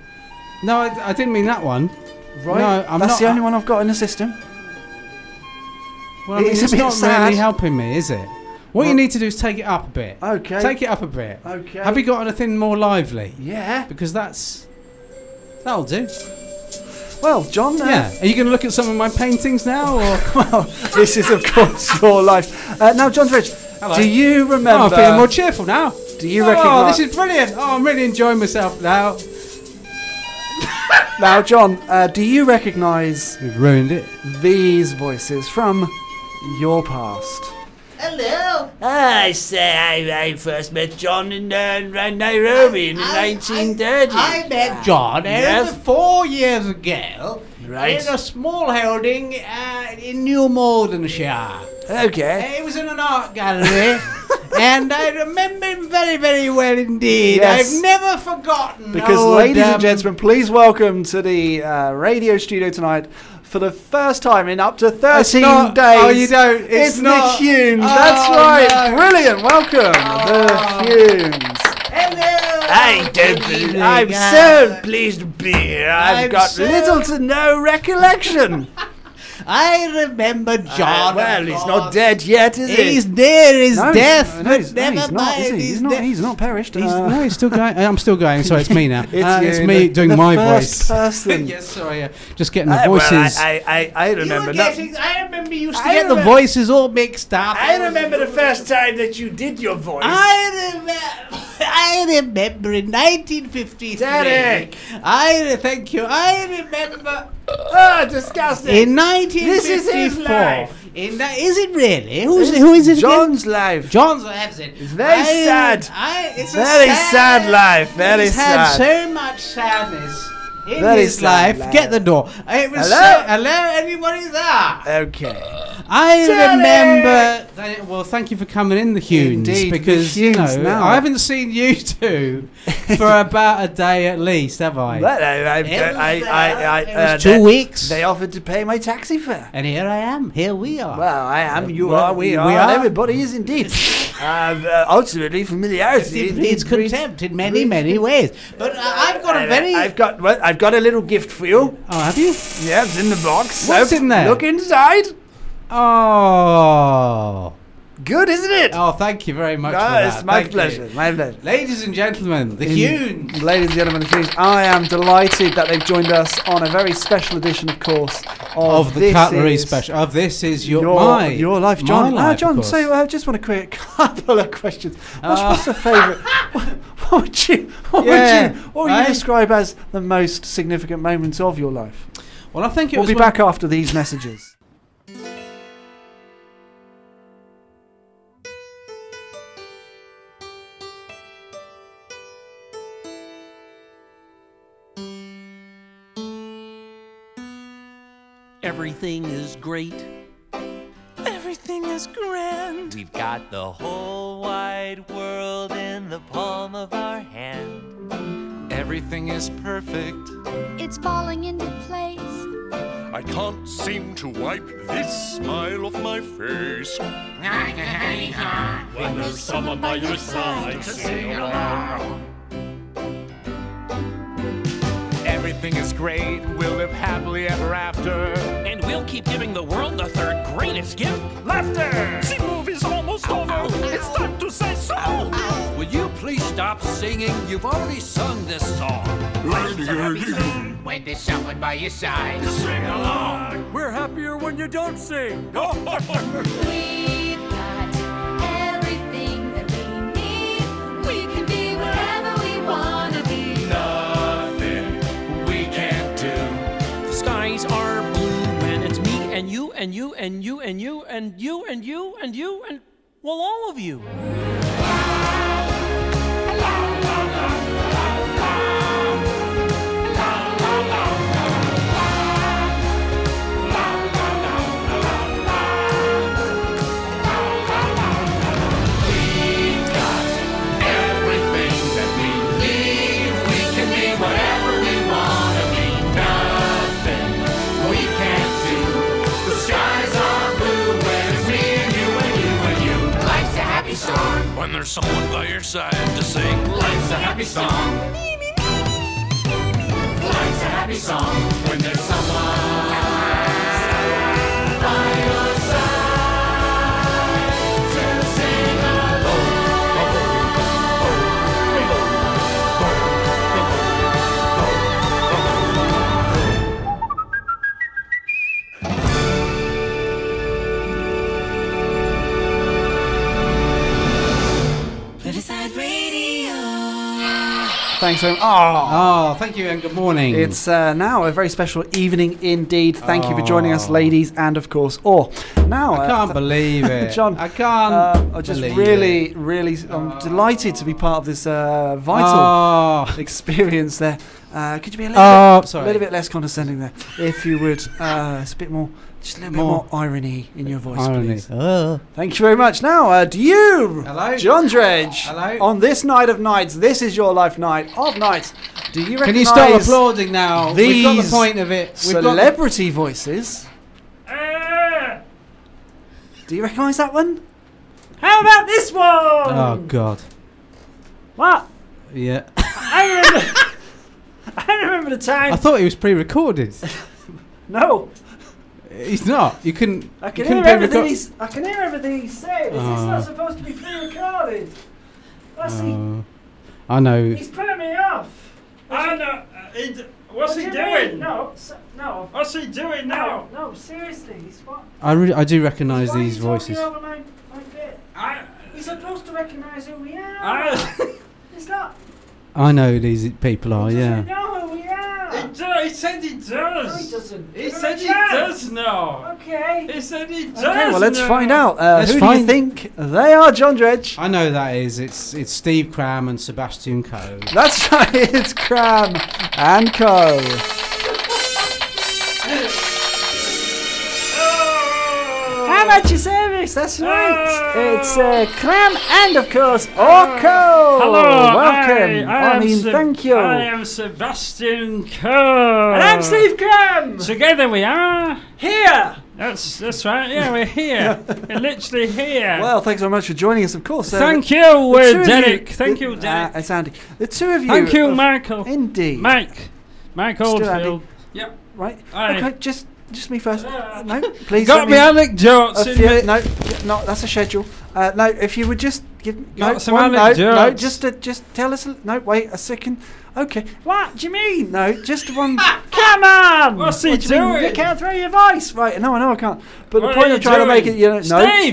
[SPEAKER 2] No, I, I didn't mean that one.
[SPEAKER 1] Right,
[SPEAKER 2] No, I'm
[SPEAKER 1] that's
[SPEAKER 2] not-
[SPEAKER 1] the only one I've got in the system.
[SPEAKER 2] Well, I mean,
[SPEAKER 1] It's
[SPEAKER 2] it's,
[SPEAKER 1] a bit
[SPEAKER 2] not
[SPEAKER 1] sad.
[SPEAKER 2] really helping me, is it? What
[SPEAKER 1] Well-
[SPEAKER 2] you need to do is take it up a bit.
[SPEAKER 1] Okay.
[SPEAKER 2] Take it up a bit.
[SPEAKER 1] Okay.
[SPEAKER 2] Have you got anything more lively?
[SPEAKER 1] Yeah.
[SPEAKER 2] Because that's that'll do.
[SPEAKER 1] Well, John. Uh,
[SPEAKER 2] Yeah. Are you going to look at some of my paintings now, or
[SPEAKER 1] Well, this is of course your life. Uh, now, John Dredge,
[SPEAKER 2] Hello.
[SPEAKER 1] do you
[SPEAKER 2] Oh, I'm
[SPEAKER 1] remember?
[SPEAKER 2] feeling more cheerful now.
[SPEAKER 1] do you
[SPEAKER 2] oh,
[SPEAKER 1] recognise?
[SPEAKER 2] this is brilliant. Oh, I'm really enjoying myself now.
[SPEAKER 1] now, John, uh, do you recognise
[SPEAKER 2] You've ruined it.
[SPEAKER 1] these voices from your past?
[SPEAKER 6] Hello.
[SPEAKER 5] I say I, I first met John in uh, Nairobi in the
[SPEAKER 6] I-
[SPEAKER 5] 1930s.
[SPEAKER 6] I met
[SPEAKER 2] John,
[SPEAKER 5] Yes?
[SPEAKER 2] over four years ago,
[SPEAKER 5] Right.
[SPEAKER 2] in a small holding uh, in New Maldenshire.
[SPEAKER 1] Okay.
[SPEAKER 2] It was in an art gallery, and I remember him very, very well indeed.
[SPEAKER 1] Yes.
[SPEAKER 2] I've never forgotten.
[SPEAKER 1] Because,
[SPEAKER 2] old,
[SPEAKER 1] ladies
[SPEAKER 2] um,
[SPEAKER 1] and gentlemen, please welcome to the uh, radio studio tonight. For the first time in up to 13
[SPEAKER 2] not-
[SPEAKER 1] days.
[SPEAKER 2] oh, you don't- it's
[SPEAKER 1] It's,
[SPEAKER 2] not-
[SPEAKER 1] Nick Humes.
[SPEAKER 2] Oh,
[SPEAKER 1] That's right.
[SPEAKER 2] no. Oh.
[SPEAKER 1] Brilliant. Welcome. The Humes.
[SPEAKER 6] Hello.
[SPEAKER 5] I don't believe I'm
[SPEAKER 2] God.
[SPEAKER 5] so pleased to be here. I've
[SPEAKER 2] I'm
[SPEAKER 5] got
[SPEAKER 2] so-
[SPEAKER 5] little.
[SPEAKER 1] Little to no recollection.
[SPEAKER 2] I remember
[SPEAKER 5] Uh,
[SPEAKER 2] John.
[SPEAKER 5] well,
[SPEAKER 2] of
[SPEAKER 5] he's
[SPEAKER 2] course.
[SPEAKER 5] not dead yet, is
[SPEAKER 2] He's
[SPEAKER 5] he?
[SPEAKER 2] there is
[SPEAKER 1] No,
[SPEAKER 2] death,
[SPEAKER 1] no,
[SPEAKER 2] but
[SPEAKER 1] he's, no,
[SPEAKER 2] never
[SPEAKER 1] he's not,
[SPEAKER 2] mind.
[SPEAKER 1] is he? He's,
[SPEAKER 2] he's
[SPEAKER 1] not,
[SPEAKER 2] dead.
[SPEAKER 1] he's not perished.
[SPEAKER 2] He's,
[SPEAKER 1] uh,
[SPEAKER 2] no, he's still going. I'm still going. So it's me now.
[SPEAKER 1] It's
[SPEAKER 2] Uh,
[SPEAKER 1] you,
[SPEAKER 2] it's
[SPEAKER 1] the-
[SPEAKER 2] me doing
[SPEAKER 1] the
[SPEAKER 2] my
[SPEAKER 1] first
[SPEAKER 2] voice.
[SPEAKER 1] person.
[SPEAKER 2] yes, sorry. Uh, just getting the
[SPEAKER 5] Uh, well,
[SPEAKER 2] voices.
[SPEAKER 5] I, I, I, I
[SPEAKER 2] You were
[SPEAKER 5] remember. that.
[SPEAKER 2] getting,
[SPEAKER 1] uh,
[SPEAKER 2] I remember you used to
[SPEAKER 5] I
[SPEAKER 2] get the
[SPEAKER 5] remember-
[SPEAKER 2] voices all mixed up.
[SPEAKER 5] I remember the first time that you did your voice.
[SPEAKER 2] I remember. I remember in 1953.
[SPEAKER 5] Derek!
[SPEAKER 2] I re- thank you. I remember
[SPEAKER 5] oh, disgusting.
[SPEAKER 2] in
[SPEAKER 5] is his
[SPEAKER 2] 1954.
[SPEAKER 5] life.
[SPEAKER 2] In that, is it really? Who's who is it? again?
[SPEAKER 1] John's life.
[SPEAKER 2] John's lives it. It's
[SPEAKER 1] very sad.
[SPEAKER 2] I, it's a
[SPEAKER 1] Very sad life. Very
[SPEAKER 2] He's had
[SPEAKER 1] sad.
[SPEAKER 2] so much sadness in
[SPEAKER 1] Very
[SPEAKER 2] his
[SPEAKER 1] sad
[SPEAKER 2] life.
[SPEAKER 1] life.
[SPEAKER 2] Get the door. It was
[SPEAKER 1] Hello?
[SPEAKER 2] So, hello, anybody there?
[SPEAKER 1] Okay.
[SPEAKER 2] I remember. Th- Well, thank you for coming in, the Hunes,
[SPEAKER 1] Indeed, the
[SPEAKER 2] because
[SPEAKER 1] Hunes
[SPEAKER 2] no,
[SPEAKER 1] now.
[SPEAKER 2] I haven't seen you two for about a day at least, have I?
[SPEAKER 1] Well, I, I,
[SPEAKER 2] It was,
[SPEAKER 1] I, I, I,
[SPEAKER 2] it
[SPEAKER 1] uh,
[SPEAKER 2] was two
[SPEAKER 1] they,
[SPEAKER 2] weeks,
[SPEAKER 1] They offered to pay my taxi fare.
[SPEAKER 2] and here I am. Here we are. Uh,
[SPEAKER 1] Well, I am. You
[SPEAKER 2] Well,
[SPEAKER 1] are. We,
[SPEAKER 2] we
[SPEAKER 1] are. and
[SPEAKER 2] are.
[SPEAKER 1] Everybody is indeed. uh, uh, ultimately, familiarity
[SPEAKER 2] it breeds
[SPEAKER 1] breeds-
[SPEAKER 2] contempt in many, many ways. But uh, I've got a
[SPEAKER 1] And, uh,
[SPEAKER 2] very.
[SPEAKER 1] I've got. Well, I've got a little gift for you.
[SPEAKER 2] oh, have you?
[SPEAKER 1] Yeah, it's in the box.
[SPEAKER 2] What's
[SPEAKER 1] So
[SPEAKER 2] in there?
[SPEAKER 1] Look inside.
[SPEAKER 2] Oh.
[SPEAKER 1] Good, isn't it?
[SPEAKER 2] Oh, thank you very much.
[SPEAKER 1] No,
[SPEAKER 2] for that.
[SPEAKER 1] it's my
[SPEAKER 2] Thank you.
[SPEAKER 1] pleasure. My pleasure.
[SPEAKER 2] Ladies and gentlemen, the
[SPEAKER 1] In-
[SPEAKER 2] Hunes.
[SPEAKER 1] Ladies and gentlemen, the Hunes, I am delighted that they've joined us on a very special edition, of course, of,
[SPEAKER 2] Of the
[SPEAKER 1] This
[SPEAKER 2] cutlery
[SPEAKER 1] Is
[SPEAKER 2] special. Of this is your,
[SPEAKER 1] Your,
[SPEAKER 2] my,
[SPEAKER 1] your life,
[SPEAKER 2] my
[SPEAKER 1] John.
[SPEAKER 2] life,
[SPEAKER 1] Ah,
[SPEAKER 2] of
[SPEAKER 1] John.
[SPEAKER 2] course.
[SPEAKER 1] So, I just want to create a couple of questions. What's,
[SPEAKER 2] Uh,
[SPEAKER 1] what's your favourite? what, what would you? What
[SPEAKER 2] Yeah,
[SPEAKER 1] would you? What would you
[SPEAKER 2] right?
[SPEAKER 1] describe as the most significant moments of your life?
[SPEAKER 2] well, I think it
[SPEAKER 1] We'll
[SPEAKER 2] was
[SPEAKER 1] be
[SPEAKER 2] when-
[SPEAKER 1] back after these messages.
[SPEAKER 7] Everything is great. Everything is grand.
[SPEAKER 8] We've got the whole wide world in the palm of our hand.
[SPEAKER 7] Everything is perfect.
[SPEAKER 9] It's falling into place.
[SPEAKER 10] I can't seem to wipe this smile off my face. when there's someone by your side to sing along.
[SPEAKER 11] Everything is great. We'll live happily ever after.
[SPEAKER 12] And we'll keep giving the world the third greatest gift laughter.
[SPEAKER 13] See, movie's almost over. It's time to say so.
[SPEAKER 14] Will you please stop singing? You've already sung this song.
[SPEAKER 15] When there's someone by your side,
[SPEAKER 14] sing along. We're happier when you don't sing.
[SPEAKER 9] We've got everything that we need. We can be wherever we want to be.
[SPEAKER 11] Nothing we can't do.
[SPEAKER 7] The skies are blue when it's me and you and you and you and you and you and you and you and well, all of you.
[SPEAKER 11] Everything that we need, we can be whatever we want to be. Nothing we can't do. The skies are blue when it's me and you and you and you. Life's a happy song.
[SPEAKER 13] When there's someone by your side to sing.
[SPEAKER 11] Life's a happy song. Life's a happy song when there's someone. by your side to sing along.
[SPEAKER 6] Riverside Radio.
[SPEAKER 1] Thanks very much. Oh,
[SPEAKER 2] Oh, thank you and good morning.
[SPEAKER 1] it's uh, now a very special evening indeed. Thank you for joining us,
[SPEAKER 2] Oh.
[SPEAKER 1] ladies, and of course, all. Now, uh,
[SPEAKER 2] I can't believe it.
[SPEAKER 1] John,
[SPEAKER 2] I can't.
[SPEAKER 1] uh, I just
[SPEAKER 2] believe
[SPEAKER 1] really,
[SPEAKER 2] it.
[SPEAKER 1] really, I'm delighted to be part of this uh, vital
[SPEAKER 2] Oh,
[SPEAKER 1] experience there. Uh, could you be a little,
[SPEAKER 2] Oh,
[SPEAKER 1] bit,
[SPEAKER 2] sorry.
[SPEAKER 1] little bit less condescending there, if you would? Uh, it's a bit more, just a little
[SPEAKER 2] More-
[SPEAKER 1] bit more irony in your voice,
[SPEAKER 2] irony. Ah.
[SPEAKER 1] please. Thank you very much. Now, uh, do you,
[SPEAKER 2] Hello?
[SPEAKER 1] John Dredge,
[SPEAKER 2] Hello?
[SPEAKER 1] on this night of nights, this is your life night of nights. Do you
[SPEAKER 2] Can you
[SPEAKER 1] recognise
[SPEAKER 2] stop applauding now? We've got the
[SPEAKER 1] these
[SPEAKER 2] point of it. We've got the-
[SPEAKER 1] celebrity voices? Eh! Do you recognise that one?
[SPEAKER 3] How about this one?
[SPEAKER 2] Oh God.
[SPEAKER 3] what?
[SPEAKER 2] Yeah.
[SPEAKER 3] I remember. I remember the time.
[SPEAKER 2] I thought it was pre-recorded.
[SPEAKER 3] no,
[SPEAKER 2] It's not. You couldn't.
[SPEAKER 3] I
[SPEAKER 2] you
[SPEAKER 3] can
[SPEAKER 2] couldn't
[SPEAKER 3] hear
[SPEAKER 2] pre-record-
[SPEAKER 3] everything. He's, I can hear everything he's saying. It's, it's
[SPEAKER 2] Oh.
[SPEAKER 3] not supposed to be pre-recorded. What's he?
[SPEAKER 2] Oh, I know.
[SPEAKER 3] He's putting me off.
[SPEAKER 6] I know. uh, he d- What's
[SPEAKER 3] What
[SPEAKER 6] he
[SPEAKER 3] do you mean?
[SPEAKER 6] doing?
[SPEAKER 3] No, so, no,
[SPEAKER 6] What's he doing now?
[SPEAKER 3] no, no. Seriously, he's what?
[SPEAKER 2] I really, I do recognise
[SPEAKER 3] why are you
[SPEAKER 2] these
[SPEAKER 3] talking
[SPEAKER 2] voices.
[SPEAKER 3] Over my, my bit?
[SPEAKER 6] I.
[SPEAKER 3] He's supposed to recognise who we are.
[SPEAKER 6] I.
[SPEAKER 3] He's not.
[SPEAKER 2] I know who these people are.
[SPEAKER 3] Doesn't
[SPEAKER 2] Yeah.
[SPEAKER 3] know who we are.
[SPEAKER 6] He, do, he said he
[SPEAKER 3] No, he
[SPEAKER 6] does.
[SPEAKER 3] doesn't.
[SPEAKER 6] he
[SPEAKER 3] Give him a
[SPEAKER 6] said he
[SPEAKER 3] chance.
[SPEAKER 6] does now.
[SPEAKER 3] Okay.
[SPEAKER 6] He said he does.
[SPEAKER 1] Okay, well, let's
[SPEAKER 6] now.
[SPEAKER 1] find out. Uh,
[SPEAKER 2] Let's
[SPEAKER 1] who do you
[SPEAKER 2] find-
[SPEAKER 1] think they are, John Dredge?
[SPEAKER 2] I know who that is. It's it's Steve Cram and Sebastian Coe.
[SPEAKER 1] That's right, it's Cram and Co. How about your service? That's right. It's uh, Cram and, of course, Orco.
[SPEAKER 3] Oh. Hello,
[SPEAKER 1] Welcome.
[SPEAKER 3] I, I am
[SPEAKER 1] mean,
[SPEAKER 3] Seb-
[SPEAKER 1] thank you.
[SPEAKER 3] I am uh, Sebastian Coe.
[SPEAKER 1] And I'm Steve Cram.
[SPEAKER 3] Together we are.
[SPEAKER 1] Here.
[SPEAKER 3] That's that's right. Yeah, we're here. we're literally here.
[SPEAKER 1] Well, thanks very much for joining us, of course. Uh,
[SPEAKER 3] Thank
[SPEAKER 1] the-
[SPEAKER 3] you,
[SPEAKER 1] the two
[SPEAKER 3] uh,
[SPEAKER 1] of
[SPEAKER 3] Derek. Thank
[SPEAKER 1] the-
[SPEAKER 3] you, Derek.
[SPEAKER 1] Uh, it's Andy. The two of you.
[SPEAKER 3] Thank you,
[SPEAKER 1] of-
[SPEAKER 3] Michael.
[SPEAKER 1] Indeed.
[SPEAKER 3] Mike. Mike
[SPEAKER 1] Still
[SPEAKER 3] Oldfield.
[SPEAKER 1] Andy.
[SPEAKER 3] Yep.
[SPEAKER 1] Right.
[SPEAKER 3] Aye.
[SPEAKER 1] Okay, just, just me first. No, please. let
[SPEAKER 3] Got
[SPEAKER 1] me-
[SPEAKER 3] me Alec Jones.
[SPEAKER 1] If you, no, no, that's a schedule. Uh, no, if you would just give
[SPEAKER 3] Got
[SPEAKER 1] no,
[SPEAKER 3] some
[SPEAKER 1] one, no,
[SPEAKER 3] Alec
[SPEAKER 1] no,
[SPEAKER 3] Jones.
[SPEAKER 1] just uh, just tell us. A, no, wait a second. Okay, what do you mean? No, just one. Come on!
[SPEAKER 3] What's he
[SPEAKER 1] What do you mean? You
[SPEAKER 3] doing?
[SPEAKER 1] can't throw your voice, right? No, I know I can't. But
[SPEAKER 3] What
[SPEAKER 1] the point
[SPEAKER 3] are
[SPEAKER 1] I'm
[SPEAKER 3] you
[SPEAKER 1] trying to make it,
[SPEAKER 3] doing?
[SPEAKER 1] you know, no,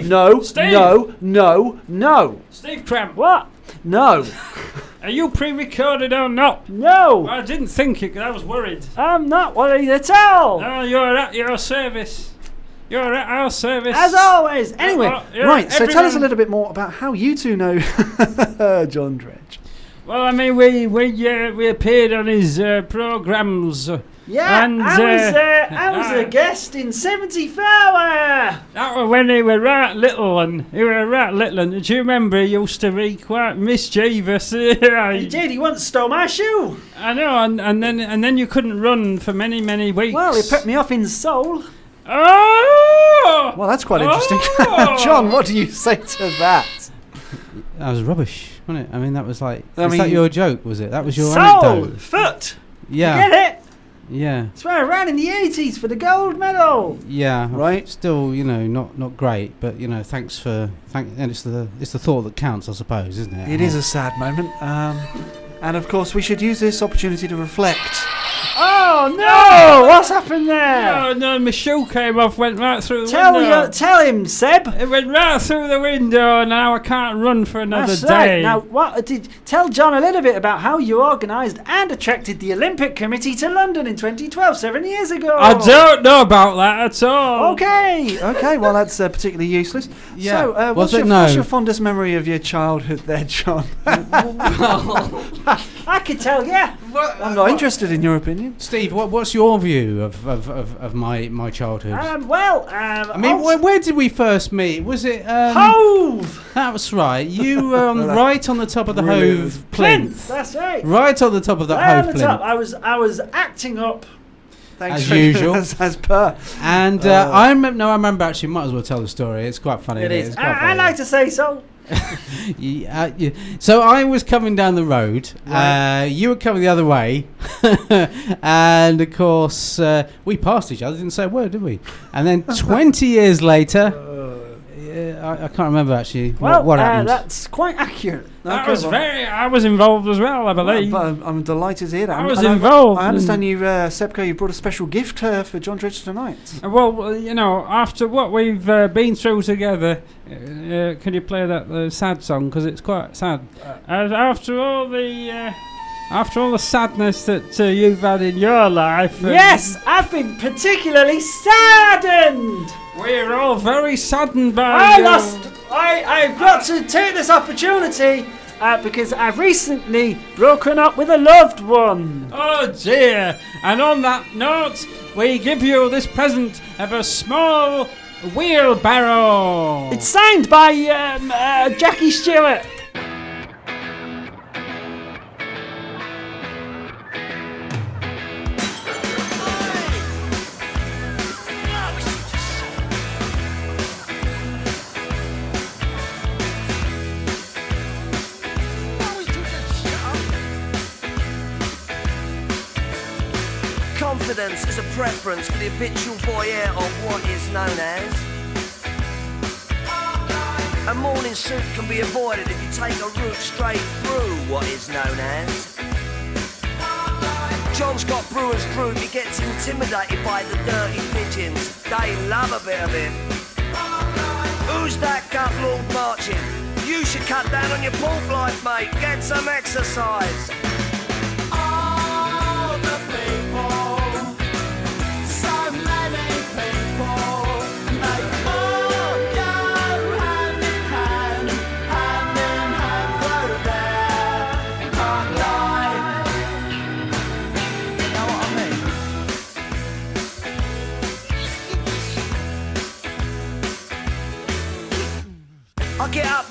[SPEAKER 3] Steve!
[SPEAKER 1] no,
[SPEAKER 3] Steve!
[SPEAKER 1] no, no, no,
[SPEAKER 3] Steve Cramp, what?
[SPEAKER 1] no,
[SPEAKER 3] Are you pre-recorded or not?
[SPEAKER 1] no.
[SPEAKER 3] I didn't think it. 'cause I was worried.
[SPEAKER 1] I'm not worried at all.
[SPEAKER 3] No, you're at your service. You're at our service.
[SPEAKER 1] As always. Anyway,
[SPEAKER 3] Uh, yeah,
[SPEAKER 1] right. So tell us a
[SPEAKER 3] everyone-
[SPEAKER 1] little bit more about how you two know John Dredge.
[SPEAKER 3] Well, I mean, we we uh, we appeared on his uh, programs uh,
[SPEAKER 6] Yeah,
[SPEAKER 3] and
[SPEAKER 6] I was,
[SPEAKER 3] uh,
[SPEAKER 6] uh, I was a guest in 74.
[SPEAKER 3] That was when he were right little and he were right little and do you remember he used to be quite mischievous? he did,
[SPEAKER 6] he once stole my shoe.
[SPEAKER 3] I know, and, and then and then you couldn't run for many, many weeks.
[SPEAKER 6] Well, he put me off in Seoul.
[SPEAKER 3] Oh!
[SPEAKER 1] Well, that's quite interesting. John, what do you say to that?
[SPEAKER 2] That was rubbish, wasn't it? I mean, that was like.
[SPEAKER 1] I
[SPEAKER 2] is that
[SPEAKER 1] mean-
[SPEAKER 2] your joke? Was it? That was your
[SPEAKER 6] Soul,
[SPEAKER 2] anecdote.
[SPEAKER 6] foot.
[SPEAKER 2] Yeah.
[SPEAKER 6] You get it?
[SPEAKER 2] Yeah.
[SPEAKER 6] That's where I ran in the 80s for the gold medal.
[SPEAKER 2] Yeah. Right. Still, you know, not not great, but you know, thanks for thank. And it's the it's the thought that counts, I suppose, isn't it?
[SPEAKER 1] It is a sad moment. Um, and of course, we should use this opportunity to reflect.
[SPEAKER 6] Oh no! What's happened there?
[SPEAKER 3] No, no, my shoe came off, went right through the
[SPEAKER 6] Tell
[SPEAKER 3] window.
[SPEAKER 6] you, tell him, Seb.
[SPEAKER 3] It went right through the window, and now I can't run for another
[SPEAKER 6] That's
[SPEAKER 3] day.
[SPEAKER 6] right. Now, what uh, did tell John a little bit about how you organised and attracted the Olympic Committee to London in 2012, seven years ago.
[SPEAKER 3] I
[SPEAKER 1] Oh.
[SPEAKER 3] don't know about that at all.
[SPEAKER 6] Okay.
[SPEAKER 1] Okay, well, that's uh, particularly useless.
[SPEAKER 6] Yeah.
[SPEAKER 1] So, uh,
[SPEAKER 2] Was
[SPEAKER 1] what's,
[SPEAKER 2] it
[SPEAKER 1] your,
[SPEAKER 2] no?
[SPEAKER 1] what's your fondest memory of your childhood there, John?
[SPEAKER 6] I could tell. Yeah.
[SPEAKER 1] I'm not interested in your opinion.
[SPEAKER 2] Steve, what, what's your view of, of, of, of my my childhood?
[SPEAKER 6] Um, well, um,
[SPEAKER 2] I mean, where, where did we first meet? Was it um,
[SPEAKER 6] Hove?
[SPEAKER 2] That was right. You were on, right on the top of the
[SPEAKER 1] Really was-
[SPEAKER 2] Hove plinth.
[SPEAKER 6] That's right.
[SPEAKER 2] Right on the top of that
[SPEAKER 6] Right on
[SPEAKER 2] Hove
[SPEAKER 6] the
[SPEAKER 2] plinth.
[SPEAKER 6] top. I was I was acting up.
[SPEAKER 1] Thanks
[SPEAKER 2] As
[SPEAKER 1] for-
[SPEAKER 2] usual.
[SPEAKER 1] as, as per.
[SPEAKER 2] And uh, I remember. No, I remember. Actually, might as well tell the story. It's quite funny.
[SPEAKER 6] It
[SPEAKER 2] isn't
[SPEAKER 6] is.
[SPEAKER 2] It's quite
[SPEAKER 6] I, I
[SPEAKER 2] funny.
[SPEAKER 6] like to say so.
[SPEAKER 2] You- uh, you- So I was coming down the road. Uh, you were coming the other way, and of course uh, we passed each other. Didn't say a word, did we? And then twenty years later, uh, I, I can't remember actually wha-
[SPEAKER 6] Well,
[SPEAKER 2] what,
[SPEAKER 6] uh,
[SPEAKER 2] happened.
[SPEAKER 6] that's quite accurate.
[SPEAKER 3] That
[SPEAKER 1] Okay,
[SPEAKER 3] was
[SPEAKER 1] well.
[SPEAKER 3] very. I was involved as well, I believe.
[SPEAKER 1] Well, but I'm, I'm delighted to hear that.
[SPEAKER 3] I
[SPEAKER 1] And-
[SPEAKER 3] was
[SPEAKER 1] and
[SPEAKER 3] involved
[SPEAKER 1] I understand
[SPEAKER 3] and-
[SPEAKER 1] you, uh, Sepko, you brought a special gift uh, for John Dredge tonight.
[SPEAKER 3] Uh, Well, uh, you know, after what we've uh, been through together, uh, uh, can you play that uh, sad song? Because it's quite sad.
[SPEAKER 1] Uh.
[SPEAKER 3] As after all the, uh, after all the sadness that uh, you've had in your life. uh,
[SPEAKER 6] Yes, I've been particularly saddened.
[SPEAKER 3] we're all very saddened by.
[SPEAKER 6] I
[SPEAKER 3] your-
[SPEAKER 6] lost. I I've got to take this opportunity uh, because I've recently broken up with a loved one.
[SPEAKER 3] Oh dear! And on that note, we give you this present of a small wheelbarrow.
[SPEAKER 6] It's signed by um, uh, Jackie Stewart.
[SPEAKER 7] Confidence is a preference for the habitual voyeur of what is known as. A morning suit can be avoided if you take a route straight through what is known as. John Scott Brewer's group, he gets intimidated by the dirty pigeons. They love a bit of him. Who's that gut lord marching? You should cut down on your pork life, mate. Get some exercise.
[SPEAKER 11] oh,
[SPEAKER 7] I get up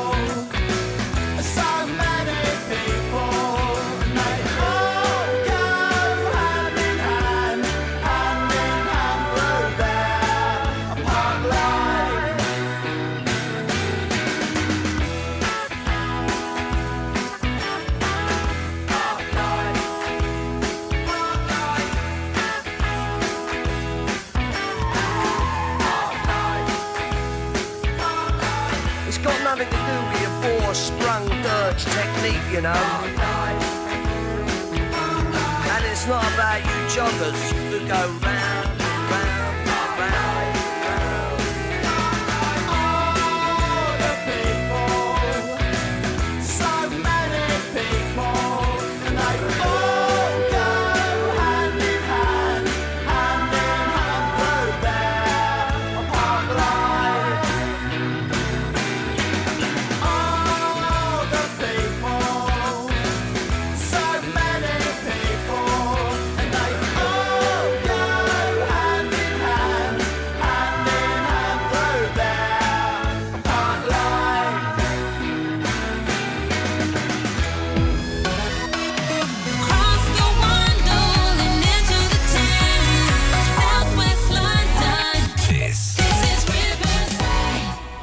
[SPEAKER 7] It's got nothing to do with your four sprung dirge technique, you know. And it's It's not about you joggers who go round, round, round, round.
[SPEAKER 16] All the people, so many people, and they all go hand in hand, hand in hand through their apart life. All the people, so many people, and they all go hand in hand, hand in hand through their apart life.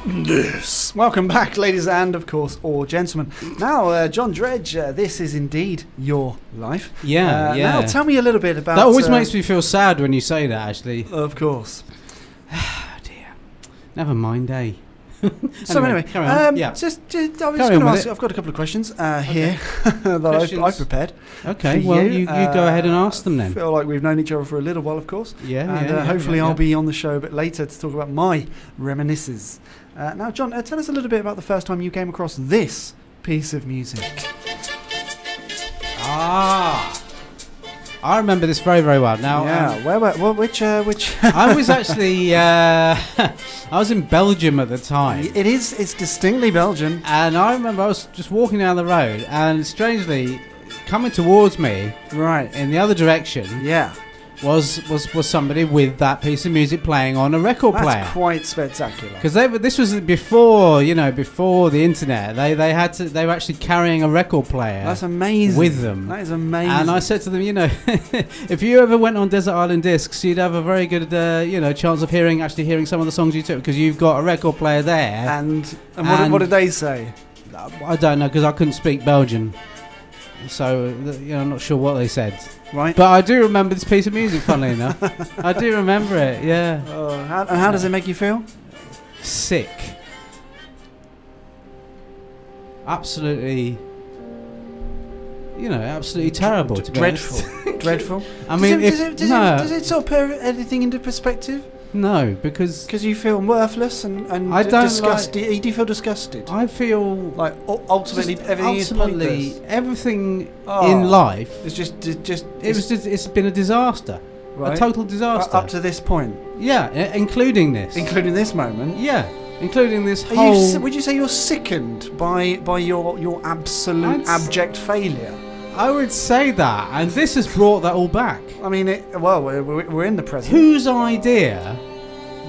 [SPEAKER 1] Yes. Welcome back, ladies and, of course, all gentlemen. Now, uh, John Dredge, uh, this is indeed your life.
[SPEAKER 2] Yeah,
[SPEAKER 1] Uh,
[SPEAKER 2] yeah.
[SPEAKER 1] Now, tell me a little bit about.
[SPEAKER 2] that always
[SPEAKER 1] uh,
[SPEAKER 2] makes me feel sad when you say that, actually. Oh,
[SPEAKER 1] Of course.
[SPEAKER 2] Never mind, eh?
[SPEAKER 1] So anyway,
[SPEAKER 2] carry on.
[SPEAKER 1] um,
[SPEAKER 2] yeah.
[SPEAKER 1] just, just I
[SPEAKER 2] Carry
[SPEAKER 1] was just
[SPEAKER 2] on
[SPEAKER 1] going to
[SPEAKER 2] with
[SPEAKER 1] ask.
[SPEAKER 2] it.
[SPEAKER 1] I've got a couple of questions uh, here that I've, I've
[SPEAKER 2] Questions.
[SPEAKER 1] prepared.
[SPEAKER 2] Okay,
[SPEAKER 1] for Uh,
[SPEAKER 2] well, you- you go ahead and ask them then.
[SPEAKER 1] Feel like we've known each other for a little while, of course.
[SPEAKER 2] Yeah,
[SPEAKER 1] and
[SPEAKER 2] yeah,
[SPEAKER 1] uh,
[SPEAKER 2] yeah,
[SPEAKER 1] hopefully
[SPEAKER 2] yeah,
[SPEAKER 1] I'll
[SPEAKER 2] yeah.
[SPEAKER 1] be on the show a bit later to talk about my reminiscences. Uh, now, John, uh, tell us a little bit about the first time you came across this piece of music.
[SPEAKER 2] Ah. I remember this very, very well. Now,
[SPEAKER 1] yeah,
[SPEAKER 2] um,
[SPEAKER 1] where, were well, which, uh, which?
[SPEAKER 2] I was actually uh, I was in Belgium at the time.
[SPEAKER 1] It is it's distinctly Belgian.
[SPEAKER 2] And I remember I was just walking down the road, and strangely, coming towards me,
[SPEAKER 1] right,
[SPEAKER 2] in the other direction,
[SPEAKER 1] yeah,
[SPEAKER 2] was was was somebody with that piece of music playing on a record
[SPEAKER 1] That's
[SPEAKER 2] player.
[SPEAKER 1] quite spectacular.
[SPEAKER 2] Because they were, this was before you know before the internet they they had to they were actually carrying a record player
[SPEAKER 1] That's amazing.
[SPEAKER 2] with them
[SPEAKER 1] That is amazing.
[SPEAKER 2] and I said to them you know if you ever went on Desert Island Discs you'd have a very good uh, you know chance of hearing actually hearing some of the songs you took because you've got a record player there uh,
[SPEAKER 1] and and what, did- what did they say?
[SPEAKER 2] I don't know because I couldn't speak Belgian so th- you know I'm not sure what they said
[SPEAKER 1] right
[SPEAKER 2] but I do remember this piece of music funnily enough I do remember it yeah
[SPEAKER 1] Oh, how, and how does it make you feel?
[SPEAKER 2] sick. Absolutely, you know, absolutely terrible. To be honest.
[SPEAKER 1] Dreadful, dreadful.
[SPEAKER 2] I
[SPEAKER 1] Does
[SPEAKER 2] mean,
[SPEAKER 1] it- does
[SPEAKER 2] if-
[SPEAKER 1] it- does it-
[SPEAKER 2] no.
[SPEAKER 1] does it sort of put anything into perspective?
[SPEAKER 2] No, because
[SPEAKER 1] because you feel worthless and and
[SPEAKER 2] I
[SPEAKER 1] d-
[SPEAKER 2] don't
[SPEAKER 1] disgusted. do you feel disgusted?
[SPEAKER 2] I feel
[SPEAKER 1] like u- ultimately
[SPEAKER 2] Just
[SPEAKER 1] everything
[SPEAKER 2] ultimately,
[SPEAKER 1] is pointless.
[SPEAKER 2] everything
[SPEAKER 1] Oh.
[SPEAKER 2] in life.
[SPEAKER 1] It's just, d- just
[SPEAKER 2] It was. Just, it's been a disaster. A
[SPEAKER 1] Right.
[SPEAKER 2] total
[SPEAKER 1] U-
[SPEAKER 2] disaster.
[SPEAKER 1] up to this point.
[SPEAKER 2] Yeah, i- including this.
[SPEAKER 1] Including this moment.
[SPEAKER 2] Yeah, including this
[SPEAKER 1] Are
[SPEAKER 2] whole.
[SPEAKER 1] you, s- would you say you're sickened by by your your
[SPEAKER 2] I'd s-
[SPEAKER 1] absolute abject failure?
[SPEAKER 2] I would say that, and this has brought that all back.
[SPEAKER 1] I mean, it, well, we're, we're we're in the present.
[SPEAKER 2] Whose idea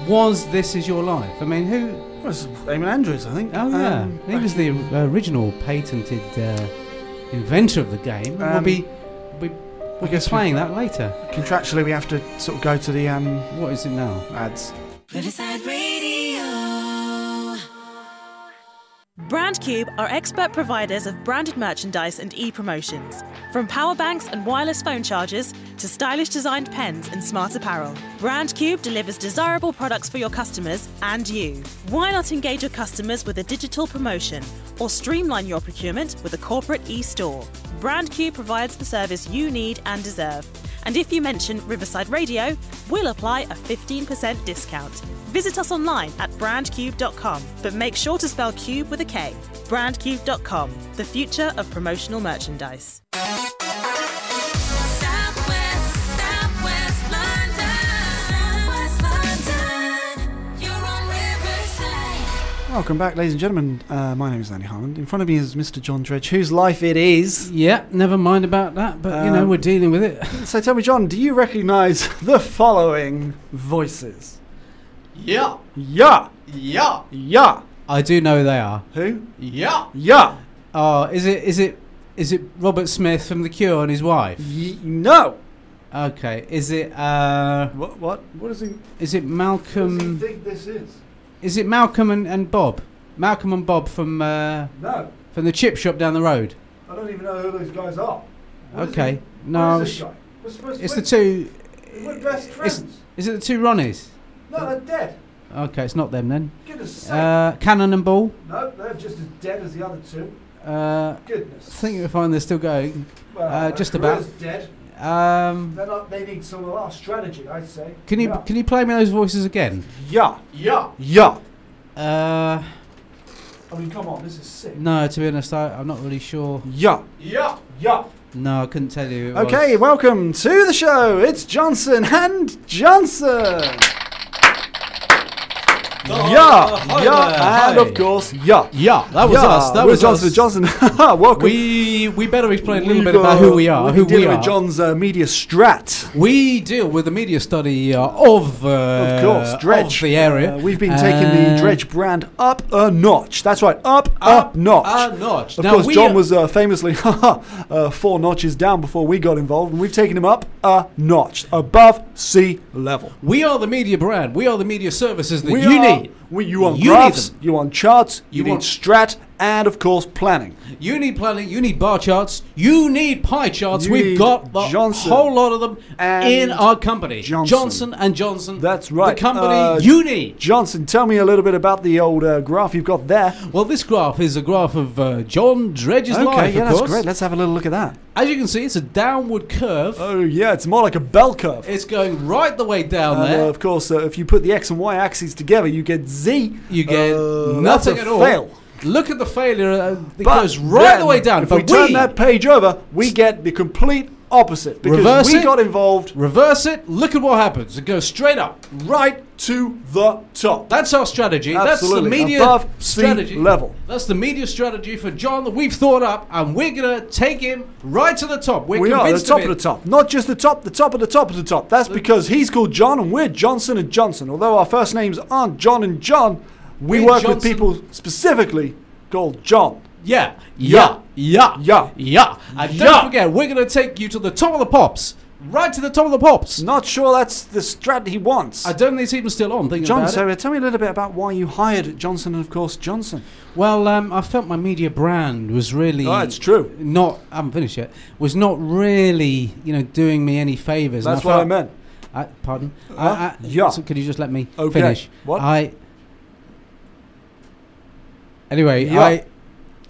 [SPEAKER 2] was "This Is Your Life"? I mean, who?
[SPEAKER 1] Well, it's Damon Andrews, I think.
[SPEAKER 2] Oh yeah,
[SPEAKER 1] Um,
[SPEAKER 2] he was the original patented uh, inventor of the game.
[SPEAKER 1] Um,
[SPEAKER 2] and we'll be, we, we'll be playing that later.
[SPEAKER 1] Contractually, we have to sort of go to the um.
[SPEAKER 2] What is it now?
[SPEAKER 1] Ads.
[SPEAKER 17] Riverside Radio.
[SPEAKER 18] BrandCube are expert providers of branded merchandise and e promotions. From power banks and wireless phone chargers to stylish designed pens and smart apparel, BrandCube delivers desirable products for your customers and you. Why not engage your customers with a digital promotion or streamline your procurement with a corporate e store? BrandCube provides the service you need and deserve. And if you mention Riverside Radio, we'll apply a 15% discount. Visit us online at brandcube.com, but make sure to spell cube with a K. Brandcube.com, the future of promotional merchandise.
[SPEAKER 1] Welcome back, ladies and gentlemen. Uh, my name is Andy Harmon. In front of me is Mr. John Dredge, whose life it is. Um,
[SPEAKER 2] Yeah, never mind about that. But you know, we're dealing with it.
[SPEAKER 1] so tell me, John, do you recognise the following voices?
[SPEAKER 19] Yeah.
[SPEAKER 1] Yeah.
[SPEAKER 19] Yeah.
[SPEAKER 1] Yeah.
[SPEAKER 2] I do know who they are.
[SPEAKER 1] Who?
[SPEAKER 19] Yeah.
[SPEAKER 1] Yeah.
[SPEAKER 2] Oh, is it is it is it Robert Smith from The Cure and his wife?
[SPEAKER 1] no.
[SPEAKER 2] Okay. Is it uh?
[SPEAKER 1] What what what is he?
[SPEAKER 2] Is it Malcolm?
[SPEAKER 1] think this is?
[SPEAKER 2] Is it Malcolm and, and Bob? Malcolm and Bob from uh,
[SPEAKER 1] No.
[SPEAKER 2] from the chip shop down the road.
[SPEAKER 1] I don't even know who those guys are.
[SPEAKER 2] okay. No. I'm sh- It's the two.
[SPEAKER 1] We're best
[SPEAKER 2] Is, is it the two Ronnies?
[SPEAKER 1] No, they're dead.
[SPEAKER 2] Okay, it's not them then.
[SPEAKER 1] Goodness sake.
[SPEAKER 2] Uh, Cannon and Ball.
[SPEAKER 1] No, they're just as dead as the other two.
[SPEAKER 2] Uh,
[SPEAKER 1] Goodness.
[SPEAKER 2] I think we find they're still going. uh, just about.
[SPEAKER 1] dead.
[SPEAKER 2] Um,
[SPEAKER 6] They're not, they need some of our strategy, I'd say.
[SPEAKER 2] can you
[SPEAKER 6] Yeah.
[SPEAKER 2] can you play me those voices again?
[SPEAKER 6] Yeah. Yeah.
[SPEAKER 2] Yeah. Uh,
[SPEAKER 6] I mean, come on, this is sick.
[SPEAKER 2] no, to be honest, I, I'm not really sure.
[SPEAKER 1] Yeah.
[SPEAKER 6] Yeah. Yeah.
[SPEAKER 2] No, I couldn't tell you. who it was.
[SPEAKER 1] Okay, welcome to the show. It's Johnson and Johnson. Yeah, yeah, and of course, yeah,
[SPEAKER 2] yeah. That was us, that
[SPEAKER 1] we're
[SPEAKER 2] was
[SPEAKER 1] Johnson
[SPEAKER 2] us.
[SPEAKER 1] Johnson. Welcome.
[SPEAKER 2] We we better explain a little
[SPEAKER 1] We've
[SPEAKER 2] bit about
[SPEAKER 1] got-
[SPEAKER 2] who we are.
[SPEAKER 1] we're
[SPEAKER 2] Who we
[SPEAKER 1] dealing
[SPEAKER 2] are.
[SPEAKER 1] with John's uh, media strat.
[SPEAKER 2] We deal with the media study uh, of uh,
[SPEAKER 1] Of course, Dredge.
[SPEAKER 2] of the area.
[SPEAKER 1] Uh, we've been taking the
[SPEAKER 2] And-
[SPEAKER 1] Dredge brand up a notch. That's right, up a notch.
[SPEAKER 2] a notch.
[SPEAKER 1] Of
[SPEAKER 2] Now,
[SPEAKER 1] course,
[SPEAKER 2] we
[SPEAKER 1] John
[SPEAKER 2] are-
[SPEAKER 1] was uh, famously uh, four notches down before we got involved, and we've taken him up a notch above sea level.
[SPEAKER 2] We are the media brand. We are the media services that
[SPEAKER 1] We
[SPEAKER 2] you
[SPEAKER 1] are-
[SPEAKER 2] need.
[SPEAKER 1] We, you want
[SPEAKER 2] You need
[SPEAKER 1] graphs, you want charts, you,
[SPEAKER 2] You
[SPEAKER 1] need
[SPEAKER 2] want-
[SPEAKER 1] strat, and of course planning.
[SPEAKER 2] You need planning. You need bar charts. You need pie charts.
[SPEAKER 1] You need
[SPEAKER 2] We've got a
[SPEAKER 1] Johnson
[SPEAKER 2] whole lot of them
[SPEAKER 1] and
[SPEAKER 2] in our company.
[SPEAKER 1] Johnson.
[SPEAKER 2] and Johnson.
[SPEAKER 1] That's right.
[SPEAKER 2] The company
[SPEAKER 1] Uh,
[SPEAKER 2] you need.
[SPEAKER 1] Johnson, tell me a little bit about the old uh, graph you've got there.
[SPEAKER 2] Well, this graph is a graph of uh, John Dredge's
[SPEAKER 1] okay,
[SPEAKER 2] life.
[SPEAKER 1] yeah,
[SPEAKER 2] of
[SPEAKER 1] that's
[SPEAKER 2] course.
[SPEAKER 1] great. Let's have a little look at that.
[SPEAKER 2] As you can see, it's a downward curve.
[SPEAKER 1] Oh yeah, it's more like a bell curve.
[SPEAKER 2] It's going right the way down
[SPEAKER 1] And,
[SPEAKER 2] there.
[SPEAKER 1] uh, of course, uh, if you put the x and y axes together, you get z.
[SPEAKER 2] You get
[SPEAKER 1] Uh, that's
[SPEAKER 2] nothing
[SPEAKER 1] a
[SPEAKER 2] at all.
[SPEAKER 1] Fail.
[SPEAKER 2] Look at the failure. Uh, it
[SPEAKER 1] But
[SPEAKER 2] goes right
[SPEAKER 1] then,
[SPEAKER 2] the way down.
[SPEAKER 1] If
[SPEAKER 2] but
[SPEAKER 1] we turn that page over, we get the complete opposite because
[SPEAKER 2] Reverse
[SPEAKER 1] we
[SPEAKER 2] it.
[SPEAKER 1] got involved
[SPEAKER 2] reverse it. Look at what happens. It goes straight up.
[SPEAKER 1] right to the top.
[SPEAKER 2] That's our strategy.
[SPEAKER 1] Absolutely.
[SPEAKER 2] That's the media
[SPEAKER 1] Above sea
[SPEAKER 2] strategy.
[SPEAKER 1] level.
[SPEAKER 2] That's the media strategy for John that we've thought up, and we're gonna take him right to the top. We're
[SPEAKER 1] we are the
[SPEAKER 2] convinced
[SPEAKER 1] top of
[SPEAKER 2] it. Mm.
[SPEAKER 1] the top, not just the top, the top of the top of the top. That's because he's called John and we're Johnson and Johnson. Although our first names aren't John and John, we
[SPEAKER 2] We're
[SPEAKER 1] work with
[SPEAKER 2] Johnson.
[SPEAKER 1] people specifically called John.
[SPEAKER 2] Yeah, yeah, yeah,
[SPEAKER 1] yeah,
[SPEAKER 2] yeah. And
[SPEAKER 1] Yeah.
[SPEAKER 2] don't forget, we're gonna take you to the top of the pops, right to the top of the pops.
[SPEAKER 1] Not sure that's the strat he wants.
[SPEAKER 2] I don't think it's even still on. Thinking
[SPEAKER 1] John,
[SPEAKER 2] about it.
[SPEAKER 1] so uh, tell me a little bit about why you hired Johnson and of course Johnson.
[SPEAKER 2] Well, um, I felt my media brand was really.
[SPEAKER 1] Oh, it's true.
[SPEAKER 2] Not, I haven't finished yet. Was not really, you know, doing me any favors.
[SPEAKER 1] That's what I meant.
[SPEAKER 2] I, pardon. I,
[SPEAKER 1] Huh?
[SPEAKER 2] I,
[SPEAKER 1] Yeah.
[SPEAKER 2] so could you just let me
[SPEAKER 1] Okay.
[SPEAKER 2] finish?
[SPEAKER 1] What?
[SPEAKER 2] I. Anyway,
[SPEAKER 1] Yeah.
[SPEAKER 2] I.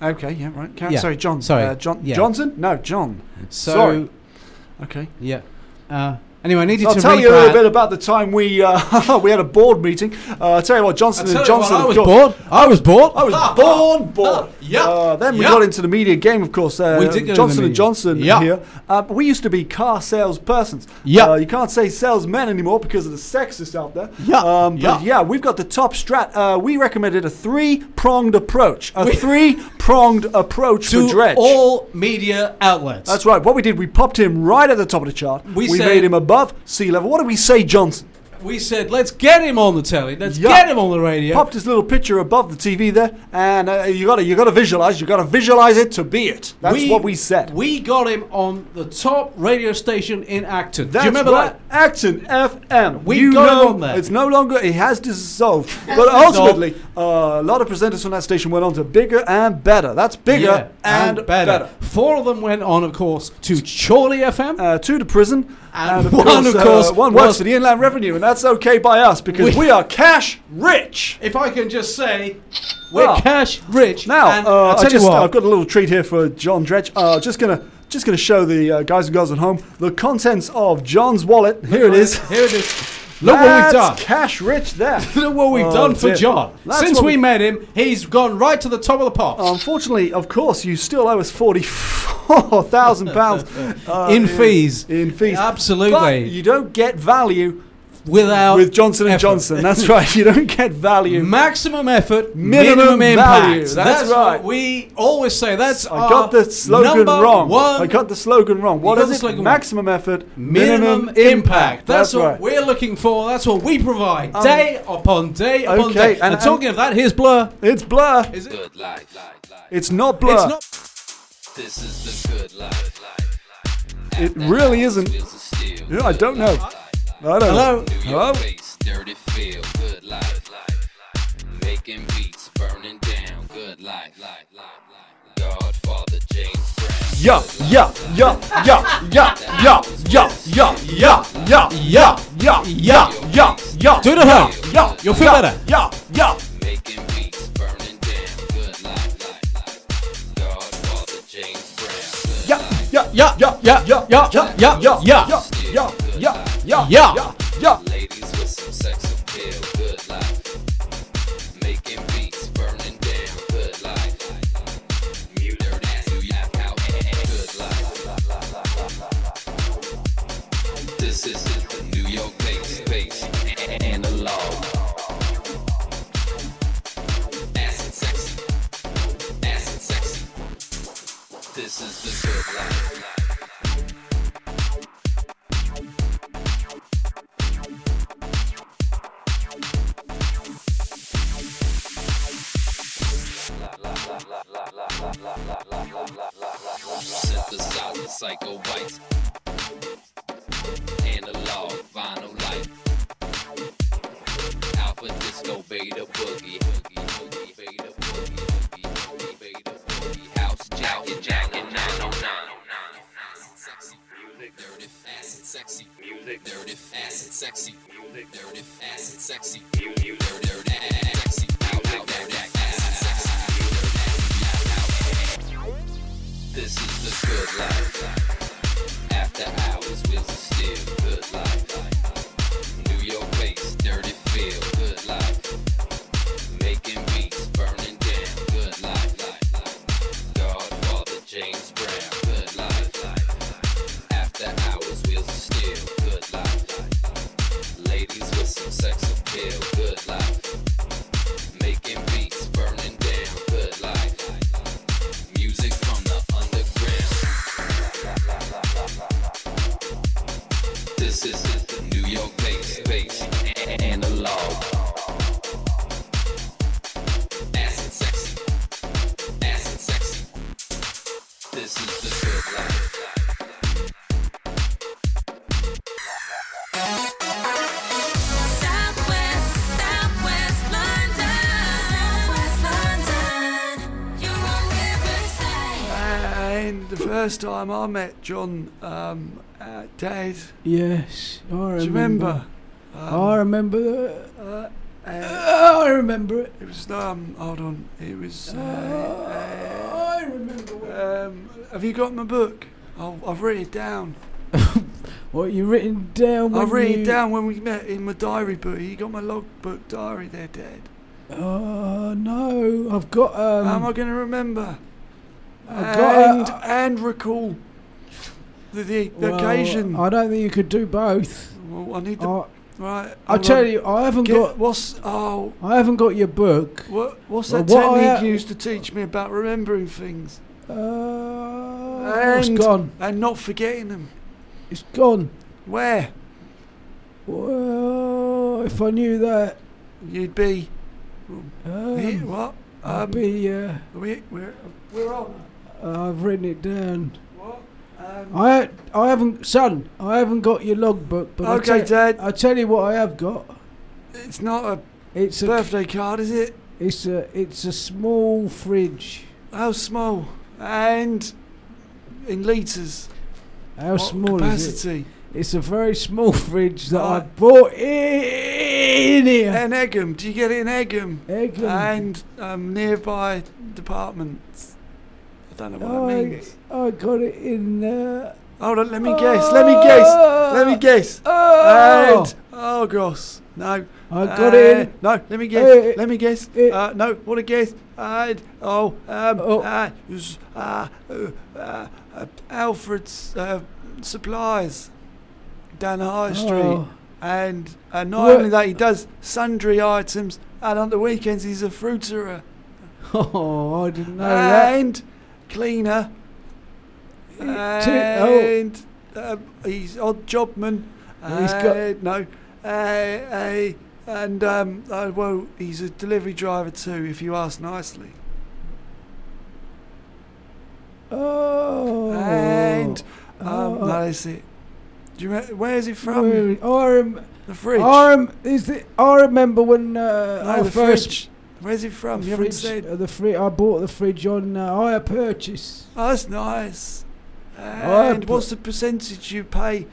[SPEAKER 1] Okay, yeah, right. Carry-
[SPEAKER 2] Yeah.
[SPEAKER 1] Sorry, John.
[SPEAKER 2] Sorry.
[SPEAKER 1] Uh, John
[SPEAKER 2] Yeah.
[SPEAKER 1] Johnson? No, John.
[SPEAKER 2] So
[SPEAKER 1] Sorry. Okay.
[SPEAKER 2] yeah. Uh, anyway, I needed
[SPEAKER 1] So I'll
[SPEAKER 2] to
[SPEAKER 1] tell
[SPEAKER 2] read
[SPEAKER 1] you a little
[SPEAKER 2] that.
[SPEAKER 1] bit about the time we uh, we had a board meeting. Uh, I'll tell you what, Johnson
[SPEAKER 2] Tell
[SPEAKER 1] and
[SPEAKER 2] you what,
[SPEAKER 1] Johnson.
[SPEAKER 2] I
[SPEAKER 1] of
[SPEAKER 2] was
[SPEAKER 1] course-
[SPEAKER 2] bored. I was bored.
[SPEAKER 1] I was born, born. Yeah. Uh, then we
[SPEAKER 2] Yeah.
[SPEAKER 1] got into the media game, of course. Uh,
[SPEAKER 2] We did get into the
[SPEAKER 1] Johnson and
[SPEAKER 2] media.
[SPEAKER 1] Johnson
[SPEAKER 2] Yeah.
[SPEAKER 1] here. Uh, but we used to be car salespersons.
[SPEAKER 2] Yeah.
[SPEAKER 1] Uh, you can't say salesmen anymore because of the sexists out there.
[SPEAKER 2] Yeah.
[SPEAKER 1] Um, but yeah.
[SPEAKER 2] Yeah.
[SPEAKER 1] we've got the top strat. Uh, we recommended a three-pronged approach. A three-pronged approach
[SPEAKER 2] to
[SPEAKER 1] for dredge.
[SPEAKER 2] all media outlets.
[SPEAKER 1] That's right. What we did, we popped him right at the top of the chart.
[SPEAKER 2] We said-
[SPEAKER 1] made him above sea level. What did we say, Johnson?
[SPEAKER 2] We said, let's get him on the telly. Let's
[SPEAKER 1] Yeah.
[SPEAKER 2] get him on the radio.
[SPEAKER 1] Popped his little picture above the TV there, and uh, you got to you got to visualize. You got to visualize it to be it. That's what we said.
[SPEAKER 2] We got him on the top radio station in Acton.
[SPEAKER 1] That's
[SPEAKER 2] Do you remember
[SPEAKER 1] right.
[SPEAKER 2] that?
[SPEAKER 1] Action FM.
[SPEAKER 2] We
[SPEAKER 1] you
[SPEAKER 2] got him
[SPEAKER 1] know,
[SPEAKER 2] on there.
[SPEAKER 1] It's no longer. It has dissolved. but
[SPEAKER 2] dissolved.
[SPEAKER 1] ultimately, uh, a lot of presenters from that station went on to bigger and better. That's bigger
[SPEAKER 2] Yeah,
[SPEAKER 1] and,
[SPEAKER 2] better. Four of them went on, of course, to Chorley FM.
[SPEAKER 1] Uh, two to prison.
[SPEAKER 2] And
[SPEAKER 1] of
[SPEAKER 2] one, of course,
[SPEAKER 1] uh, one
[SPEAKER 2] was-
[SPEAKER 1] works for the Inland Revenue, and that's okay by us because
[SPEAKER 2] We-
[SPEAKER 1] we are cash rich.
[SPEAKER 2] if I can just say, we're
[SPEAKER 1] Ah.
[SPEAKER 2] cash rich.
[SPEAKER 1] Now,
[SPEAKER 2] and
[SPEAKER 1] uh,
[SPEAKER 2] I'll
[SPEAKER 1] I
[SPEAKER 2] tell you
[SPEAKER 1] just,
[SPEAKER 2] what.
[SPEAKER 1] I've got a little treat here for John Dredge. Uh, just gonna just gonna show the uh, guys and girls at home the contents of John's wallet. Here it is.
[SPEAKER 2] Here it is. Look what we've
[SPEAKER 1] That's
[SPEAKER 2] done.
[SPEAKER 1] Cash rich there.
[SPEAKER 2] Look what we've
[SPEAKER 1] Oh,
[SPEAKER 2] done for
[SPEAKER 1] dear.
[SPEAKER 2] John.
[SPEAKER 1] That's
[SPEAKER 2] Since
[SPEAKER 1] what
[SPEAKER 2] we met him, he's gone right to the top of the pops.
[SPEAKER 1] Unfortunately, of course, you still owe us forty-four thousand pounds
[SPEAKER 2] Uh, In fees.
[SPEAKER 1] In fees,
[SPEAKER 2] Absolutely.
[SPEAKER 1] But you don't get value
[SPEAKER 2] Without
[SPEAKER 1] with Johnson and
[SPEAKER 2] effort.
[SPEAKER 1] Johnson. That's right. You don't get value.
[SPEAKER 2] Maximum effort,
[SPEAKER 1] Minimum
[SPEAKER 2] minimum, impact.
[SPEAKER 1] value. That's right.
[SPEAKER 2] What we always say that's
[SPEAKER 1] I got the slogan
[SPEAKER 2] number
[SPEAKER 1] wrong.
[SPEAKER 2] One
[SPEAKER 1] I got the slogan wrong. What
[SPEAKER 2] got
[SPEAKER 1] is
[SPEAKER 2] the
[SPEAKER 1] it?
[SPEAKER 2] slogan wrong.
[SPEAKER 1] Maximum effort,
[SPEAKER 2] minimum, impact. That's, what
[SPEAKER 1] right.
[SPEAKER 2] we're looking for. That's what we provide
[SPEAKER 1] Um,
[SPEAKER 2] day upon day upon
[SPEAKER 1] okay,
[SPEAKER 2] day.
[SPEAKER 1] and-
[SPEAKER 2] And,
[SPEAKER 1] and-
[SPEAKER 2] talking of that, here's Blur.
[SPEAKER 1] It's blur.
[SPEAKER 2] Is it?
[SPEAKER 13] Good life, life, life.
[SPEAKER 1] It's not blur.
[SPEAKER 2] It's not.
[SPEAKER 13] This is the good life.
[SPEAKER 1] It really isn't. You know, I don't know. I don't
[SPEAKER 2] Hello?
[SPEAKER 1] know. Hello?
[SPEAKER 13] Face, dirty feel, good life, life, life. Making beats, burning down, good life, life, life, life. Godfather James Brown.
[SPEAKER 1] Yeah, yeah, yeah, yeah, yeah, yeah, yeah, yeah, yeah, yeah, yeah, yeah, yeah, yeah, yeah.
[SPEAKER 2] Do it at home.
[SPEAKER 1] Yeah,
[SPEAKER 2] You'll feel
[SPEAKER 1] yeah,
[SPEAKER 2] better.
[SPEAKER 1] Yeah, yeah.
[SPEAKER 13] Making beats, burning down, good life, life, life. Godfather James Brown.
[SPEAKER 1] Yeah, yeah,
[SPEAKER 20] yeah, yeah, yeah, yeah, yeah, yeah, yeah, yeah,
[SPEAKER 16] yeah, yeah,
[SPEAKER 20] yeah, yeah.
[SPEAKER 16] yeah.
[SPEAKER 13] Ladies with some sex appeal, good life. Making beats, burning down, good life. Mute her ass, you yap out, good life. This is the New York bass, bass, analog. Acid sexy, acid sexy. This is the good life. Synthesizer psycho bites. Analog vinyl light. Alpha disco beta boogie. Boogie, boogie, beta boogie, boogie, boogie, beta boogie. House jacket, jacket, 909. Sexy music, dirty, fast and sexy music, dirty, fast and sexy music, dirty, fast and sexy music, dirty, dirty, sexy, out, out, out, out, fast and sexy. This is the good life. After hours, wheels are still good life. New York bass, dirty feel, good life. Making beats, burning down, good life. Godfather James Brown, good life. After hours, wheels are still good life. Ladies with some sex appeal, good life. Making beats, burning down, good life. Music from the underground. This is the New York bass, bass, analog. Acid sexy, acid sexy. This is the good life.
[SPEAKER 11] Southwest, Southwest London. Southwest London. You're on Riverside.
[SPEAKER 1] And the first time I met John um, at Dad's,
[SPEAKER 20] Yes, I remember.
[SPEAKER 1] do you remember? Um,
[SPEAKER 20] I remember.
[SPEAKER 1] Uh,
[SPEAKER 20] I remember it.
[SPEAKER 1] Oh, It was um. Hold on. It was. Uh,
[SPEAKER 20] I remember.
[SPEAKER 1] Um, have you got my book? I'll, I've written it down.
[SPEAKER 20] What you written down?
[SPEAKER 1] I
[SPEAKER 20] when
[SPEAKER 1] read
[SPEAKER 20] you-
[SPEAKER 1] it down when we met in my diary book. You got my logbook diary there, Dad.
[SPEAKER 20] Oh no, I've got. Um,
[SPEAKER 1] How am I going to remember?
[SPEAKER 20] I've got
[SPEAKER 1] and, and recall the, the, the
[SPEAKER 20] well,
[SPEAKER 1] occasion.
[SPEAKER 20] I don't think you could do both.
[SPEAKER 1] Well, I need the.
[SPEAKER 20] I-
[SPEAKER 1] right.
[SPEAKER 20] I'll
[SPEAKER 1] hold
[SPEAKER 20] tell
[SPEAKER 1] on.
[SPEAKER 20] you, I haven't
[SPEAKER 1] Get-
[SPEAKER 20] got.
[SPEAKER 1] What's. Oh.
[SPEAKER 20] I haven't got your book.
[SPEAKER 1] What, what's
[SPEAKER 20] Well,
[SPEAKER 1] that
[SPEAKER 20] what I-
[SPEAKER 1] technique you used to teach me about remembering things?
[SPEAKER 20] Uh,
[SPEAKER 1] and,
[SPEAKER 20] it's gone.
[SPEAKER 1] And not forgetting them.
[SPEAKER 20] It's gone.
[SPEAKER 1] Where?
[SPEAKER 20] Well, if I knew that,
[SPEAKER 1] You'd be. Here,
[SPEAKER 20] um,
[SPEAKER 1] what?
[SPEAKER 20] I'd
[SPEAKER 1] Um,
[SPEAKER 20] be. Uh,
[SPEAKER 1] we, we're, we're on.
[SPEAKER 20] I've written it down.
[SPEAKER 1] What? Um,
[SPEAKER 20] I I haven't, son. I haven't got your logbook, but
[SPEAKER 1] Okay,
[SPEAKER 20] I tell,
[SPEAKER 1] Dad.
[SPEAKER 20] I tell you what, I have got.
[SPEAKER 1] it's not a
[SPEAKER 20] It's a
[SPEAKER 1] birthday card, is it?
[SPEAKER 20] it's a it's a small fridge.
[SPEAKER 1] How small? And in litres.
[SPEAKER 20] How
[SPEAKER 1] What
[SPEAKER 20] small is it?
[SPEAKER 1] capacity?
[SPEAKER 20] It's a very small fridge that I
[SPEAKER 1] Right.
[SPEAKER 20] bought in here.
[SPEAKER 1] And Egham. Do you get it in Egham?
[SPEAKER 20] Egham.
[SPEAKER 1] And um, nearby departments. I don't know what that
[SPEAKER 20] I,
[SPEAKER 1] means.
[SPEAKER 20] I got it in. Ah. Uh,
[SPEAKER 1] Hold on, let me guess. Let me guess. Let me guess.
[SPEAKER 20] Oh.
[SPEAKER 1] And oh, gross. No.
[SPEAKER 20] I got it in-
[SPEAKER 1] Uh, No, let me guess.
[SPEAKER 20] Eh, eh,
[SPEAKER 1] let me guess.
[SPEAKER 20] eh.
[SPEAKER 1] uh, no, what a guess. And oh, um,
[SPEAKER 20] Oh.
[SPEAKER 1] Uh, s- uh, uh, uh, Alfred's uh, supplies down the high street,
[SPEAKER 20] Oh.
[SPEAKER 1] and uh, not
[SPEAKER 20] What-
[SPEAKER 1] only that, he does sundry items, and on the weekends he's a fruiterer
[SPEAKER 20] oh, I didn't know that.
[SPEAKER 1] and cleaner.
[SPEAKER 20] two- oh.
[SPEAKER 1] And um, he's odd jobman.
[SPEAKER 20] He's got-
[SPEAKER 1] and- no. Uh, uh, and um, uh, well, he's a delivery driver too, if you ask nicely.
[SPEAKER 20] Oh.
[SPEAKER 1] And um,
[SPEAKER 20] Oh.
[SPEAKER 1] no, that's it. Do you remember, where's it from?
[SPEAKER 20] Where- I, rem-
[SPEAKER 1] The fridge.
[SPEAKER 20] I, rem- is it, I remember when uh,
[SPEAKER 1] no,
[SPEAKER 20] I
[SPEAKER 1] the
[SPEAKER 20] first
[SPEAKER 1] fridge. Where's it from?
[SPEAKER 20] The
[SPEAKER 1] You haven't
[SPEAKER 20] fridge,
[SPEAKER 1] said.
[SPEAKER 20] uh, the fri- I bought the fridge on uh, hire purchase.
[SPEAKER 1] Oh, that's nice.
[SPEAKER 20] I
[SPEAKER 1] And
[SPEAKER 20] put-
[SPEAKER 1] what's the percentage you pay,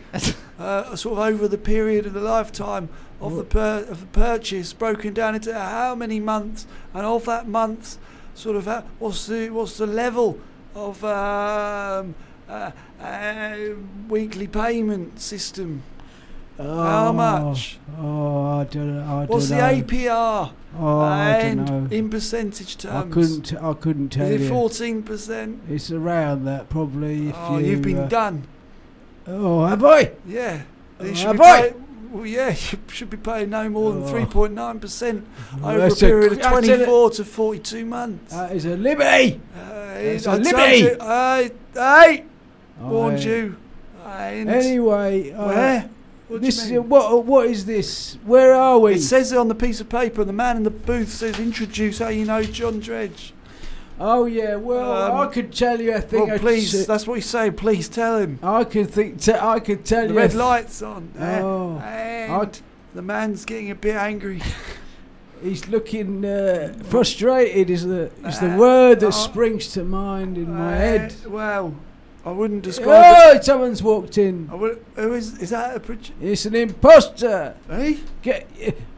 [SPEAKER 1] uh, sort of over the period of the lifetime of the per- of the purchase, broken down into how many months, and of uh, that month, sort of how, what's the what's the level of um, uh, uh, weekly payment system. How much?
[SPEAKER 20] Oh, I don't know. I
[SPEAKER 1] What's
[SPEAKER 20] don't
[SPEAKER 1] the
[SPEAKER 20] know.
[SPEAKER 1] APR?
[SPEAKER 20] Oh, I don't
[SPEAKER 1] and
[SPEAKER 20] know.
[SPEAKER 1] in percentage
[SPEAKER 20] I
[SPEAKER 1] terms.
[SPEAKER 20] couldn't. T- I couldn't tell
[SPEAKER 1] Is
[SPEAKER 20] you.
[SPEAKER 1] it fourteen percent?
[SPEAKER 20] It's around that probably. If
[SPEAKER 1] Oh,
[SPEAKER 20] you,
[SPEAKER 1] you've been
[SPEAKER 20] uh,
[SPEAKER 1] done.
[SPEAKER 20] Oh, have I?
[SPEAKER 1] Yeah.
[SPEAKER 20] Oh,
[SPEAKER 1] You should
[SPEAKER 20] have
[SPEAKER 1] be
[SPEAKER 20] I?
[SPEAKER 1] paying- well, yeah, you should be paying no more than
[SPEAKER 20] Oh.
[SPEAKER 1] three point nine percent
[SPEAKER 20] Oh,
[SPEAKER 1] over a
[SPEAKER 20] that's a
[SPEAKER 1] period of
[SPEAKER 20] cr- that's a-
[SPEAKER 1] twenty-four to forty-two months.
[SPEAKER 20] That is a liberty.
[SPEAKER 1] Hey,
[SPEAKER 20] That's a
[SPEAKER 1] I told
[SPEAKER 20] liberty.
[SPEAKER 1] you- I, I warned
[SPEAKER 20] I-
[SPEAKER 1] you. I ain't.
[SPEAKER 20] Anyway, uh,
[SPEAKER 1] where? What do you
[SPEAKER 20] this is
[SPEAKER 1] mean?
[SPEAKER 20] what? uh, What is this? Where are we?
[SPEAKER 1] It says it on the piece of paper. The man in the booth says, "Introduce how you know John Dredge."
[SPEAKER 20] Oh yeah, well
[SPEAKER 1] Um,
[SPEAKER 20] I could tell you a thing.
[SPEAKER 1] well,
[SPEAKER 20] or
[SPEAKER 1] please,
[SPEAKER 20] two.
[SPEAKER 1] that's what he's saying. Please tell him.
[SPEAKER 20] I could think. T- I could tell
[SPEAKER 1] The
[SPEAKER 20] you.
[SPEAKER 1] red
[SPEAKER 20] a-
[SPEAKER 1] lights on. eh?
[SPEAKER 20] Oh.
[SPEAKER 1] And
[SPEAKER 20] I'd-
[SPEAKER 1] the man's getting a bit angry.
[SPEAKER 20] He's looking uh, frustrated. Is the is
[SPEAKER 1] Uh,
[SPEAKER 20] the word that springs to mind in my head?
[SPEAKER 1] Eh, well, I wouldn't describe it.
[SPEAKER 20] Oh, someone's walked in.
[SPEAKER 1] I would, who is? Is that a producer?
[SPEAKER 20] It's an imposter.
[SPEAKER 1] Hey,
[SPEAKER 20] get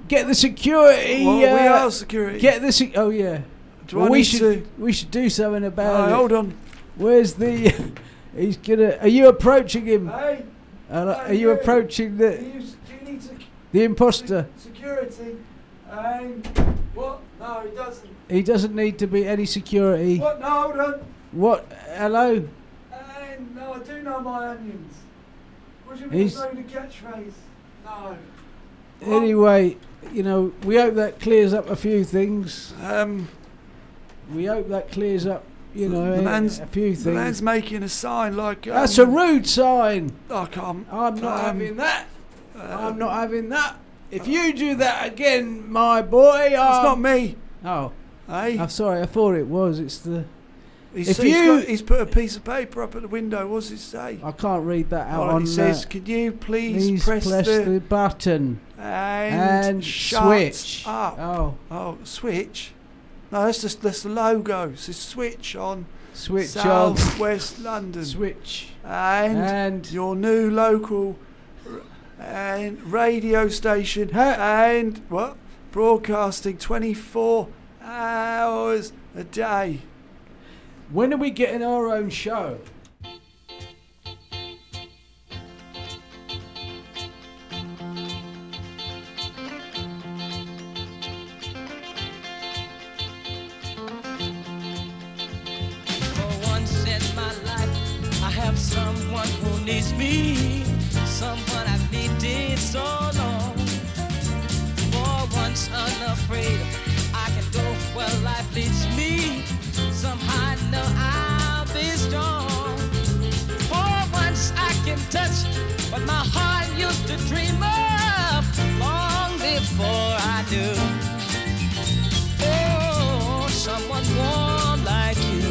[SPEAKER 20] get the security.
[SPEAKER 1] Well, we
[SPEAKER 20] uh,
[SPEAKER 1] are security.
[SPEAKER 20] Get the sec- oh yeah.
[SPEAKER 1] Do
[SPEAKER 20] Well,
[SPEAKER 1] I
[SPEAKER 20] we
[SPEAKER 1] need
[SPEAKER 20] should we should do something about
[SPEAKER 1] Aye,
[SPEAKER 20] it.
[SPEAKER 1] hold on.
[SPEAKER 20] Where's the? he's gonna. Are you approaching him?
[SPEAKER 1] Hey,
[SPEAKER 20] Are, are
[SPEAKER 1] hey,
[SPEAKER 20] you approaching
[SPEAKER 1] Do
[SPEAKER 20] the
[SPEAKER 1] you, do you need sec-
[SPEAKER 20] the imposter?
[SPEAKER 1] security? Um, what? No, he doesn't.
[SPEAKER 20] He doesn't need to be any security.
[SPEAKER 1] What? No, hold on.
[SPEAKER 20] What? Hello.
[SPEAKER 1] And no, I do know my onions. What do you mean
[SPEAKER 20] He's-
[SPEAKER 1] throwing the catchphrase? No.
[SPEAKER 20] Anyway, you know, we hope that clears up a few things.
[SPEAKER 1] Um,
[SPEAKER 20] we hope that clears up, you know,
[SPEAKER 1] the
[SPEAKER 20] a-
[SPEAKER 1] man's,
[SPEAKER 20] a few things.
[SPEAKER 1] The man's making a sign like. Um,
[SPEAKER 20] That's a rude sign.
[SPEAKER 1] I can't.
[SPEAKER 20] I'm not
[SPEAKER 1] um, uh,
[SPEAKER 20] having that. I'm not having that. If you do that again, my boy,
[SPEAKER 1] It's not
[SPEAKER 20] I'm
[SPEAKER 1] me.
[SPEAKER 20] Oh,
[SPEAKER 1] Hey.
[SPEAKER 20] I'm sorry. I thought it was. It's the.
[SPEAKER 1] He's,
[SPEAKER 20] if
[SPEAKER 1] he's
[SPEAKER 20] you,
[SPEAKER 1] got- he's put a piece of paper up at the window. What's it say?
[SPEAKER 20] I can't read that out
[SPEAKER 1] Oh,
[SPEAKER 20] on.
[SPEAKER 1] he says,
[SPEAKER 20] uh,
[SPEAKER 1] "Can you please,
[SPEAKER 20] please
[SPEAKER 1] press, the,
[SPEAKER 20] button
[SPEAKER 1] and,
[SPEAKER 20] and
[SPEAKER 1] shut
[SPEAKER 20] switch."
[SPEAKER 1] up.
[SPEAKER 20] Oh,
[SPEAKER 1] oh, switch. No, that's just that's the logo. It says switch on.
[SPEAKER 20] Switch on.
[SPEAKER 1] South West London.
[SPEAKER 20] Switch.
[SPEAKER 1] And,
[SPEAKER 20] And-
[SPEAKER 1] your new local r- and radio station and what broadcasting 24 hours a day.
[SPEAKER 20] When are we getting our own show?
[SPEAKER 11] For once in my life, I have someone who needs me, someone I've needed so long. For once unafraid, I can go where life leads me. Somehow I know I'll be strong. For once I can touch what my heart used to dream of long before I knew. Oh, someone warm like you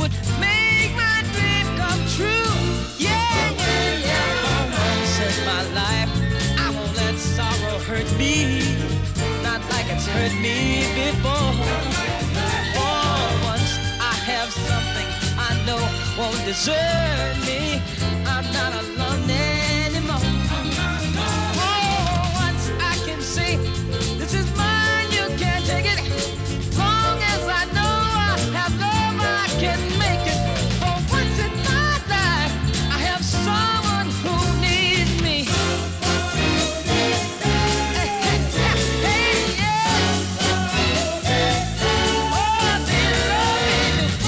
[SPEAKER 11] would make my dream come true. Yeah, yeah, yeah. For once in my life, I won't let sorrow hurt me. Not like it's hurt me before. For once, I have something I know won't desert me. I'm not alone anymore. For once, I can say, this is mine, you can't take it. Long as I know I have love, I can make it. For once in my life, I have someone who needs me. Hey, hey, hey, hey, yeah. Oh, dear Lord, baby.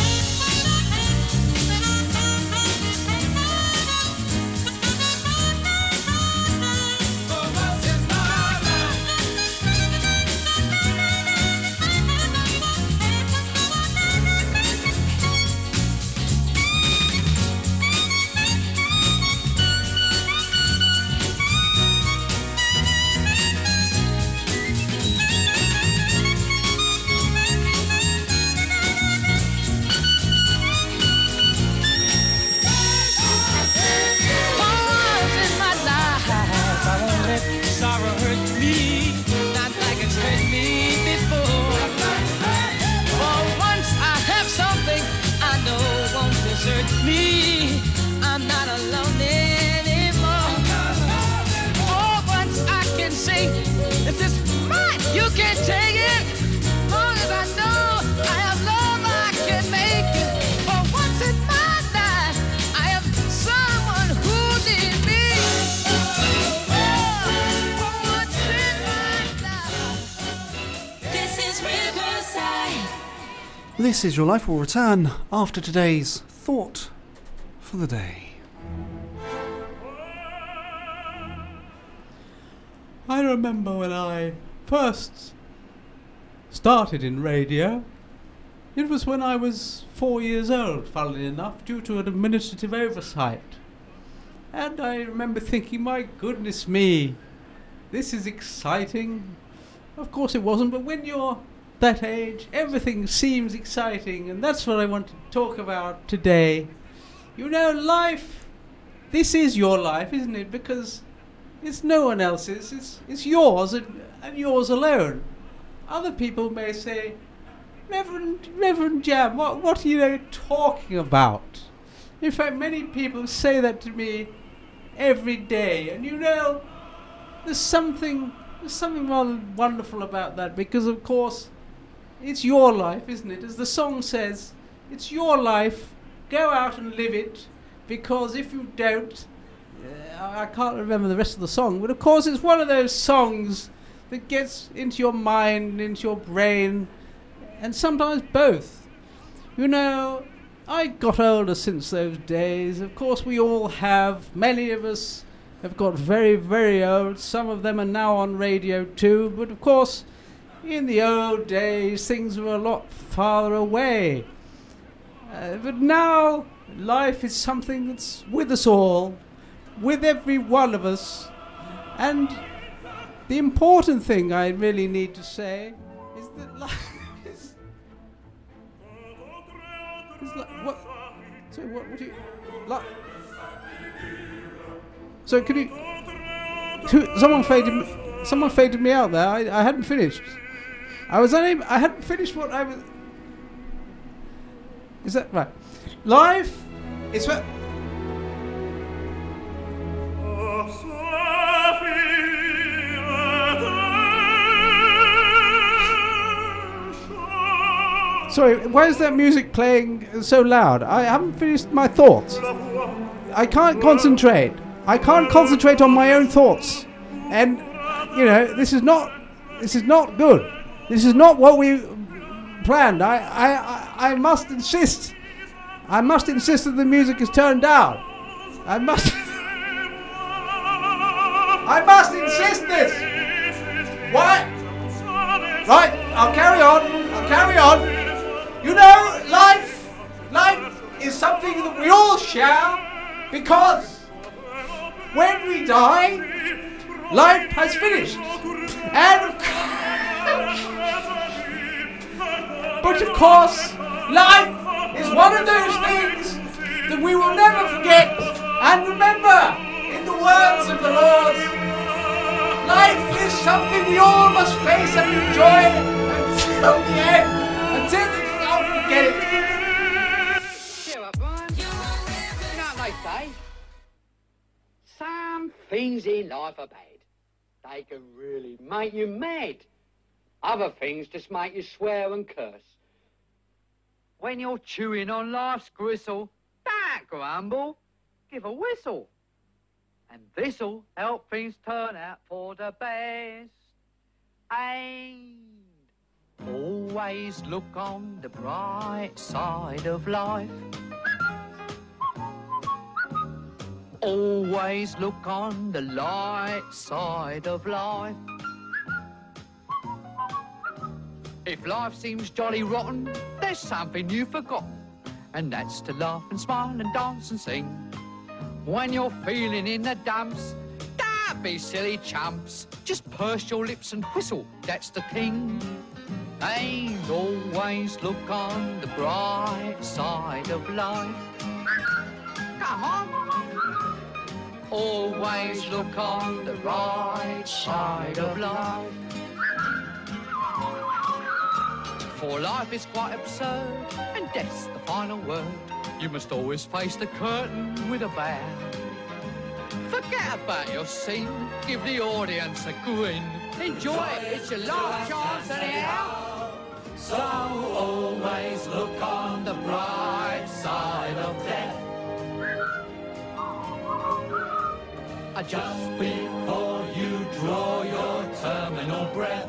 [SPEAKER 1] This is Your Life will return after today's thought for the day.
[SPEAKER 2] I remember when I first started in radio. It was when I was four years old, funnily enough, due to an administrative oversight. And I remember thinking, my goodness me, this is exciting. Of course it wasn't, but when you're that age, everything seems exciting, and that's what I want to talk about today. You know, life, this is your life, isn't it? Because it's no one else's, it's, it's yours and, and yours alone. Other people may say, Reverend, Reverend Jam, what, what are you talking about? In fact, many people say that to me every day, and you know, there's something there's something rather wonderful about that because of course it's your life isn't it as the song says it's your life go out and live it because if you don't uh, I I can't remember the rest of the song but of course it's one of those songs that gets into your mind into your brain and sometimes both you know I got older since those days. Of course, we all have. Many of us have got very, very old. Some of them are now on radio too. But of course, in the old days, things were a lot farther away. Uh, but now, life is something that's with us all, with every one of us. And the important thing I really need to say is that life is. is li- what? So, what, what do you. Li- so could you? Who, someone faded. me- Someone faded me out there. I, I hadn't finished. I was unable. I hadn't finished what I was. Is that right? Life is what. Sorry, why is that music playing so loud? I haven't finished my thoughts. I can't concentrate. I can't concentrate on my own thoughts. And you know, this is not this is not good. This is not what we planned. I I, I, I must insist. I must insist that the music is turned down. I must I must insist this. What? Right, I'll carry on. I'll carry on. You know, life life is something that we all share because when we die, life has finished. And of course, but of course, life is one of those things that we will never forget and remember. In the words of the Lord, life is something we all must face and enjoy until the end, until the, I'll forget it.
[SPEAKER 4] You know what they say? Some things in life are bad. They can really make you mad. Other things just make you swear and curse. When you're chewing on life's gristle, don't grumble. Give a whistle. And this'll help things turn out for the best. And
[SPEAKER 9] Always look on the bright side of life. Always look on the light side of life.
[SPEAKER 4] if life seems jolly rotten, there's something you've forgotten. And that's to laugh and smile and dance and sing. When you're feeling in the dumps, don't be silly chumps. Just purse your lips and whistle, that's the thing.
[SPEAKER 9] And always look on the bright side of life.
[SPEAKER 4] Come on!
[SPEAKER 9] Always look on the right side of life.
[SPEAKER 4] For life is quite absurd, and death's the final word. You must always face the curtain with a bow. Forget about your scene, give the audience a grin. Enjoy it, it's your last chance anyhow.
[SPEAKER 9] So always look on the bright side of death. Just before you draw your terminal breath.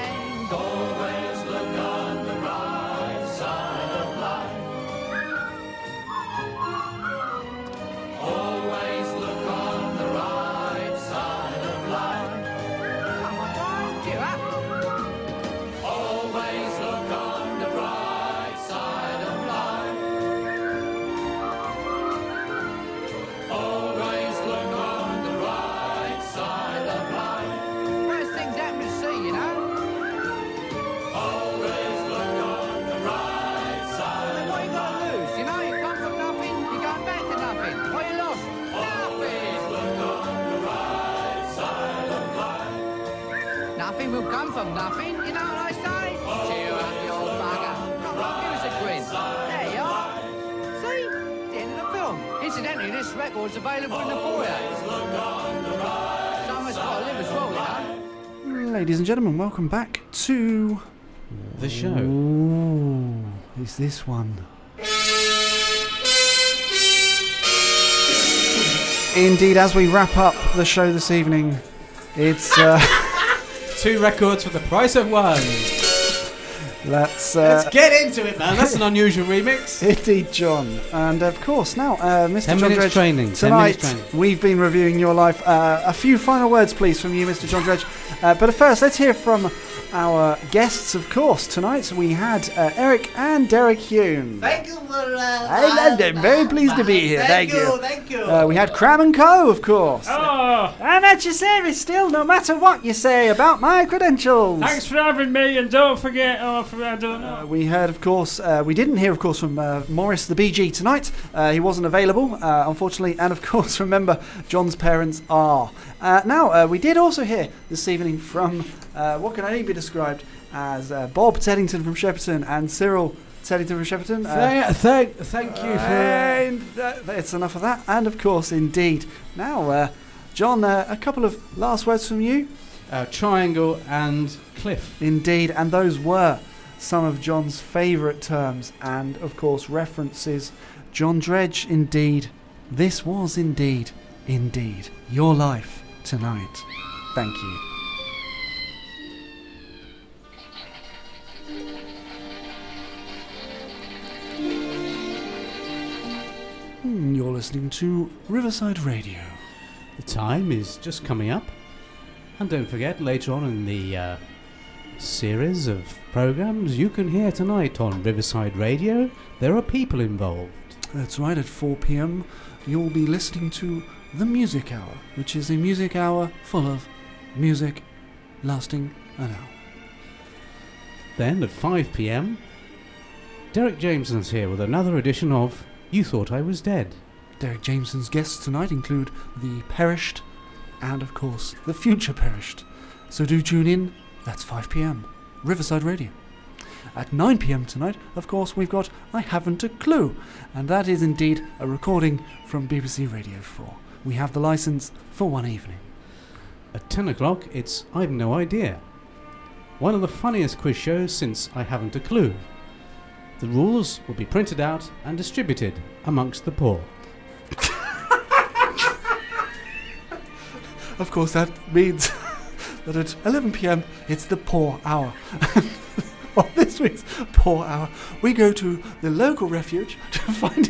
[SPEAKER 9] And always look on the bright side of life. Always look on the right side of life. Come on, don't give up. Always look on the bright side of life. Always look on the right side of life. Most things happen to see, you know. Always look on the right side of life. What you got to lose? You know, you come from nothing, you're going back to nothing. What you lost? Nothing. Look on the right side of life. Nothing will come from nothing, you know what I say? Cheer up, you old bugger. Come on, give us a grin. There you are. See? The end of the film. Incidentally, this record's available in the foyer. Someone's got to live as well, you know.
[SPEAKER 1] Ladies and gentlemen, welcome back to
[SPEAKER 2] the show.
[SPEAKER 1] Ooh, it's this one. Indeed, as we wrap up the show this evening, it's uh,
[SPEAKER 2] Two records for the price of one.
[SPEAKER 1] let's uh,
[SPEAKER 2] Let's get into it, man. That's an unusual remix.
[SPEAKER 1] Indeed, John. And of course, now, uh, Mr.
[SPEAKER 2] Ten
[SPEAKER 1] John
[SPEAKER 2] minutes
[SPEAKER 1] Dredge,
[SPEAKER 2] training, ten
[SPEAKER 1] Tonight,
[SPEAKER 2] minutes training.
[SPEAKER 1] we've been reviewing your life. Uh, a few final words, please, from you, Mr. John Dredge. Uh, but first, let's hear from our guests, of course. Tonight, we had uh, Eric and Derek Hume.
[SPEAKER 5] Thank you for. Uh,
[SPEAKER 1] Hey, London. Very pleased to be here. Thank,
[SPEAKER 5] Thank
[SPEAKER 1] you.
[SPEAKER 5] you, thank you.
[SPEAKER 1] Uh, we had Cram and Co, of course.
[SPEAKER 6] Oh, I'm at your service still, no matter what you say about my credentials.
[SPEAKER 3] Thanks for having me, and don't forget. Oh, for, I don't know.
[SPEAKER 1] Uh, We heard, of course, uh, we didn't hear, of course, from uh, Morris the BG tonight. Uh, he wasn't available, uh, unfortunately. And of course, remember, John's parents are. Uh, now, uh, we did also hear this evening from uh, what can only be described as uh, Bob Teddington from Shepperton and Cyril Teddington from Shepperton. Uh,
[SPEAKER 2] Thank, thank, thank you for. uh,
[SPEAKER 1] and that, it's enough of that. And of course, indeed. Now, uh, John, uh, a couple of last words from you.
[SPEAKER 2] Uh, triangle and cliff.
[SPEAKER 1] Indeed, and those were some of John's favourite terms and, of course, references. John Dredge, indeed. This was indeed, indeed, your life tonight. Thank you. Hmm, You're listening to Riverside Radio.
[SPEAKER 2] The time is just coming up. And don't forget, later on in the uh, series of programs, you can hear tonight on Riverside Radio, there are people involved.
[SPEAKER 1] That's right, at 4 pm, you'll be listening to The Music Hour, which is a music hour full of music lasting an hour.
[SPEAKER 2] Then at 5 pm, Derek Jameson's here with another edition of You Thought I Was Dead.
[SPEAKER 1] Derek Jameson's guests tonight include the perished and, of course, the future perished. So do tune in, that's 5 pm, Riverside Radio. At 9 pm tonight, of course, we've got I Haven't a Clue, and that is indeed a recording from BBC Radio 4. We have the license for one evening.
[SPEAKER 2] At 10 o'clock, it's I've No Idea. One of the funniest quiz shows since I haven't a clue. The rules will be printed out and distributed amongst the poor.
[SPEAKER 1] Of course, that means that at 11 pm it's the poor hour. On this week's poor hour, we go to the local refuge to find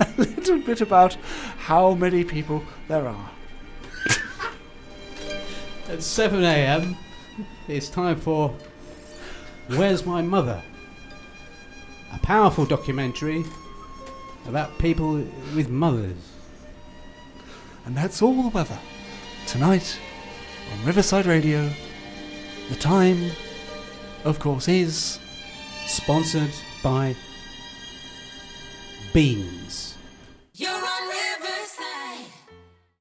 [SPEAKER 1] out a little bit about how many people there are.
[SPEAKER 2] At 7 am, it's time for Where's My Mother? A powerful documentary about people with mothers.
[SPEAKER 1] And that's all the weather. Tonight on Riverside Radio, the time, of course, is
[SPEAKER 2] sponsored by Bean.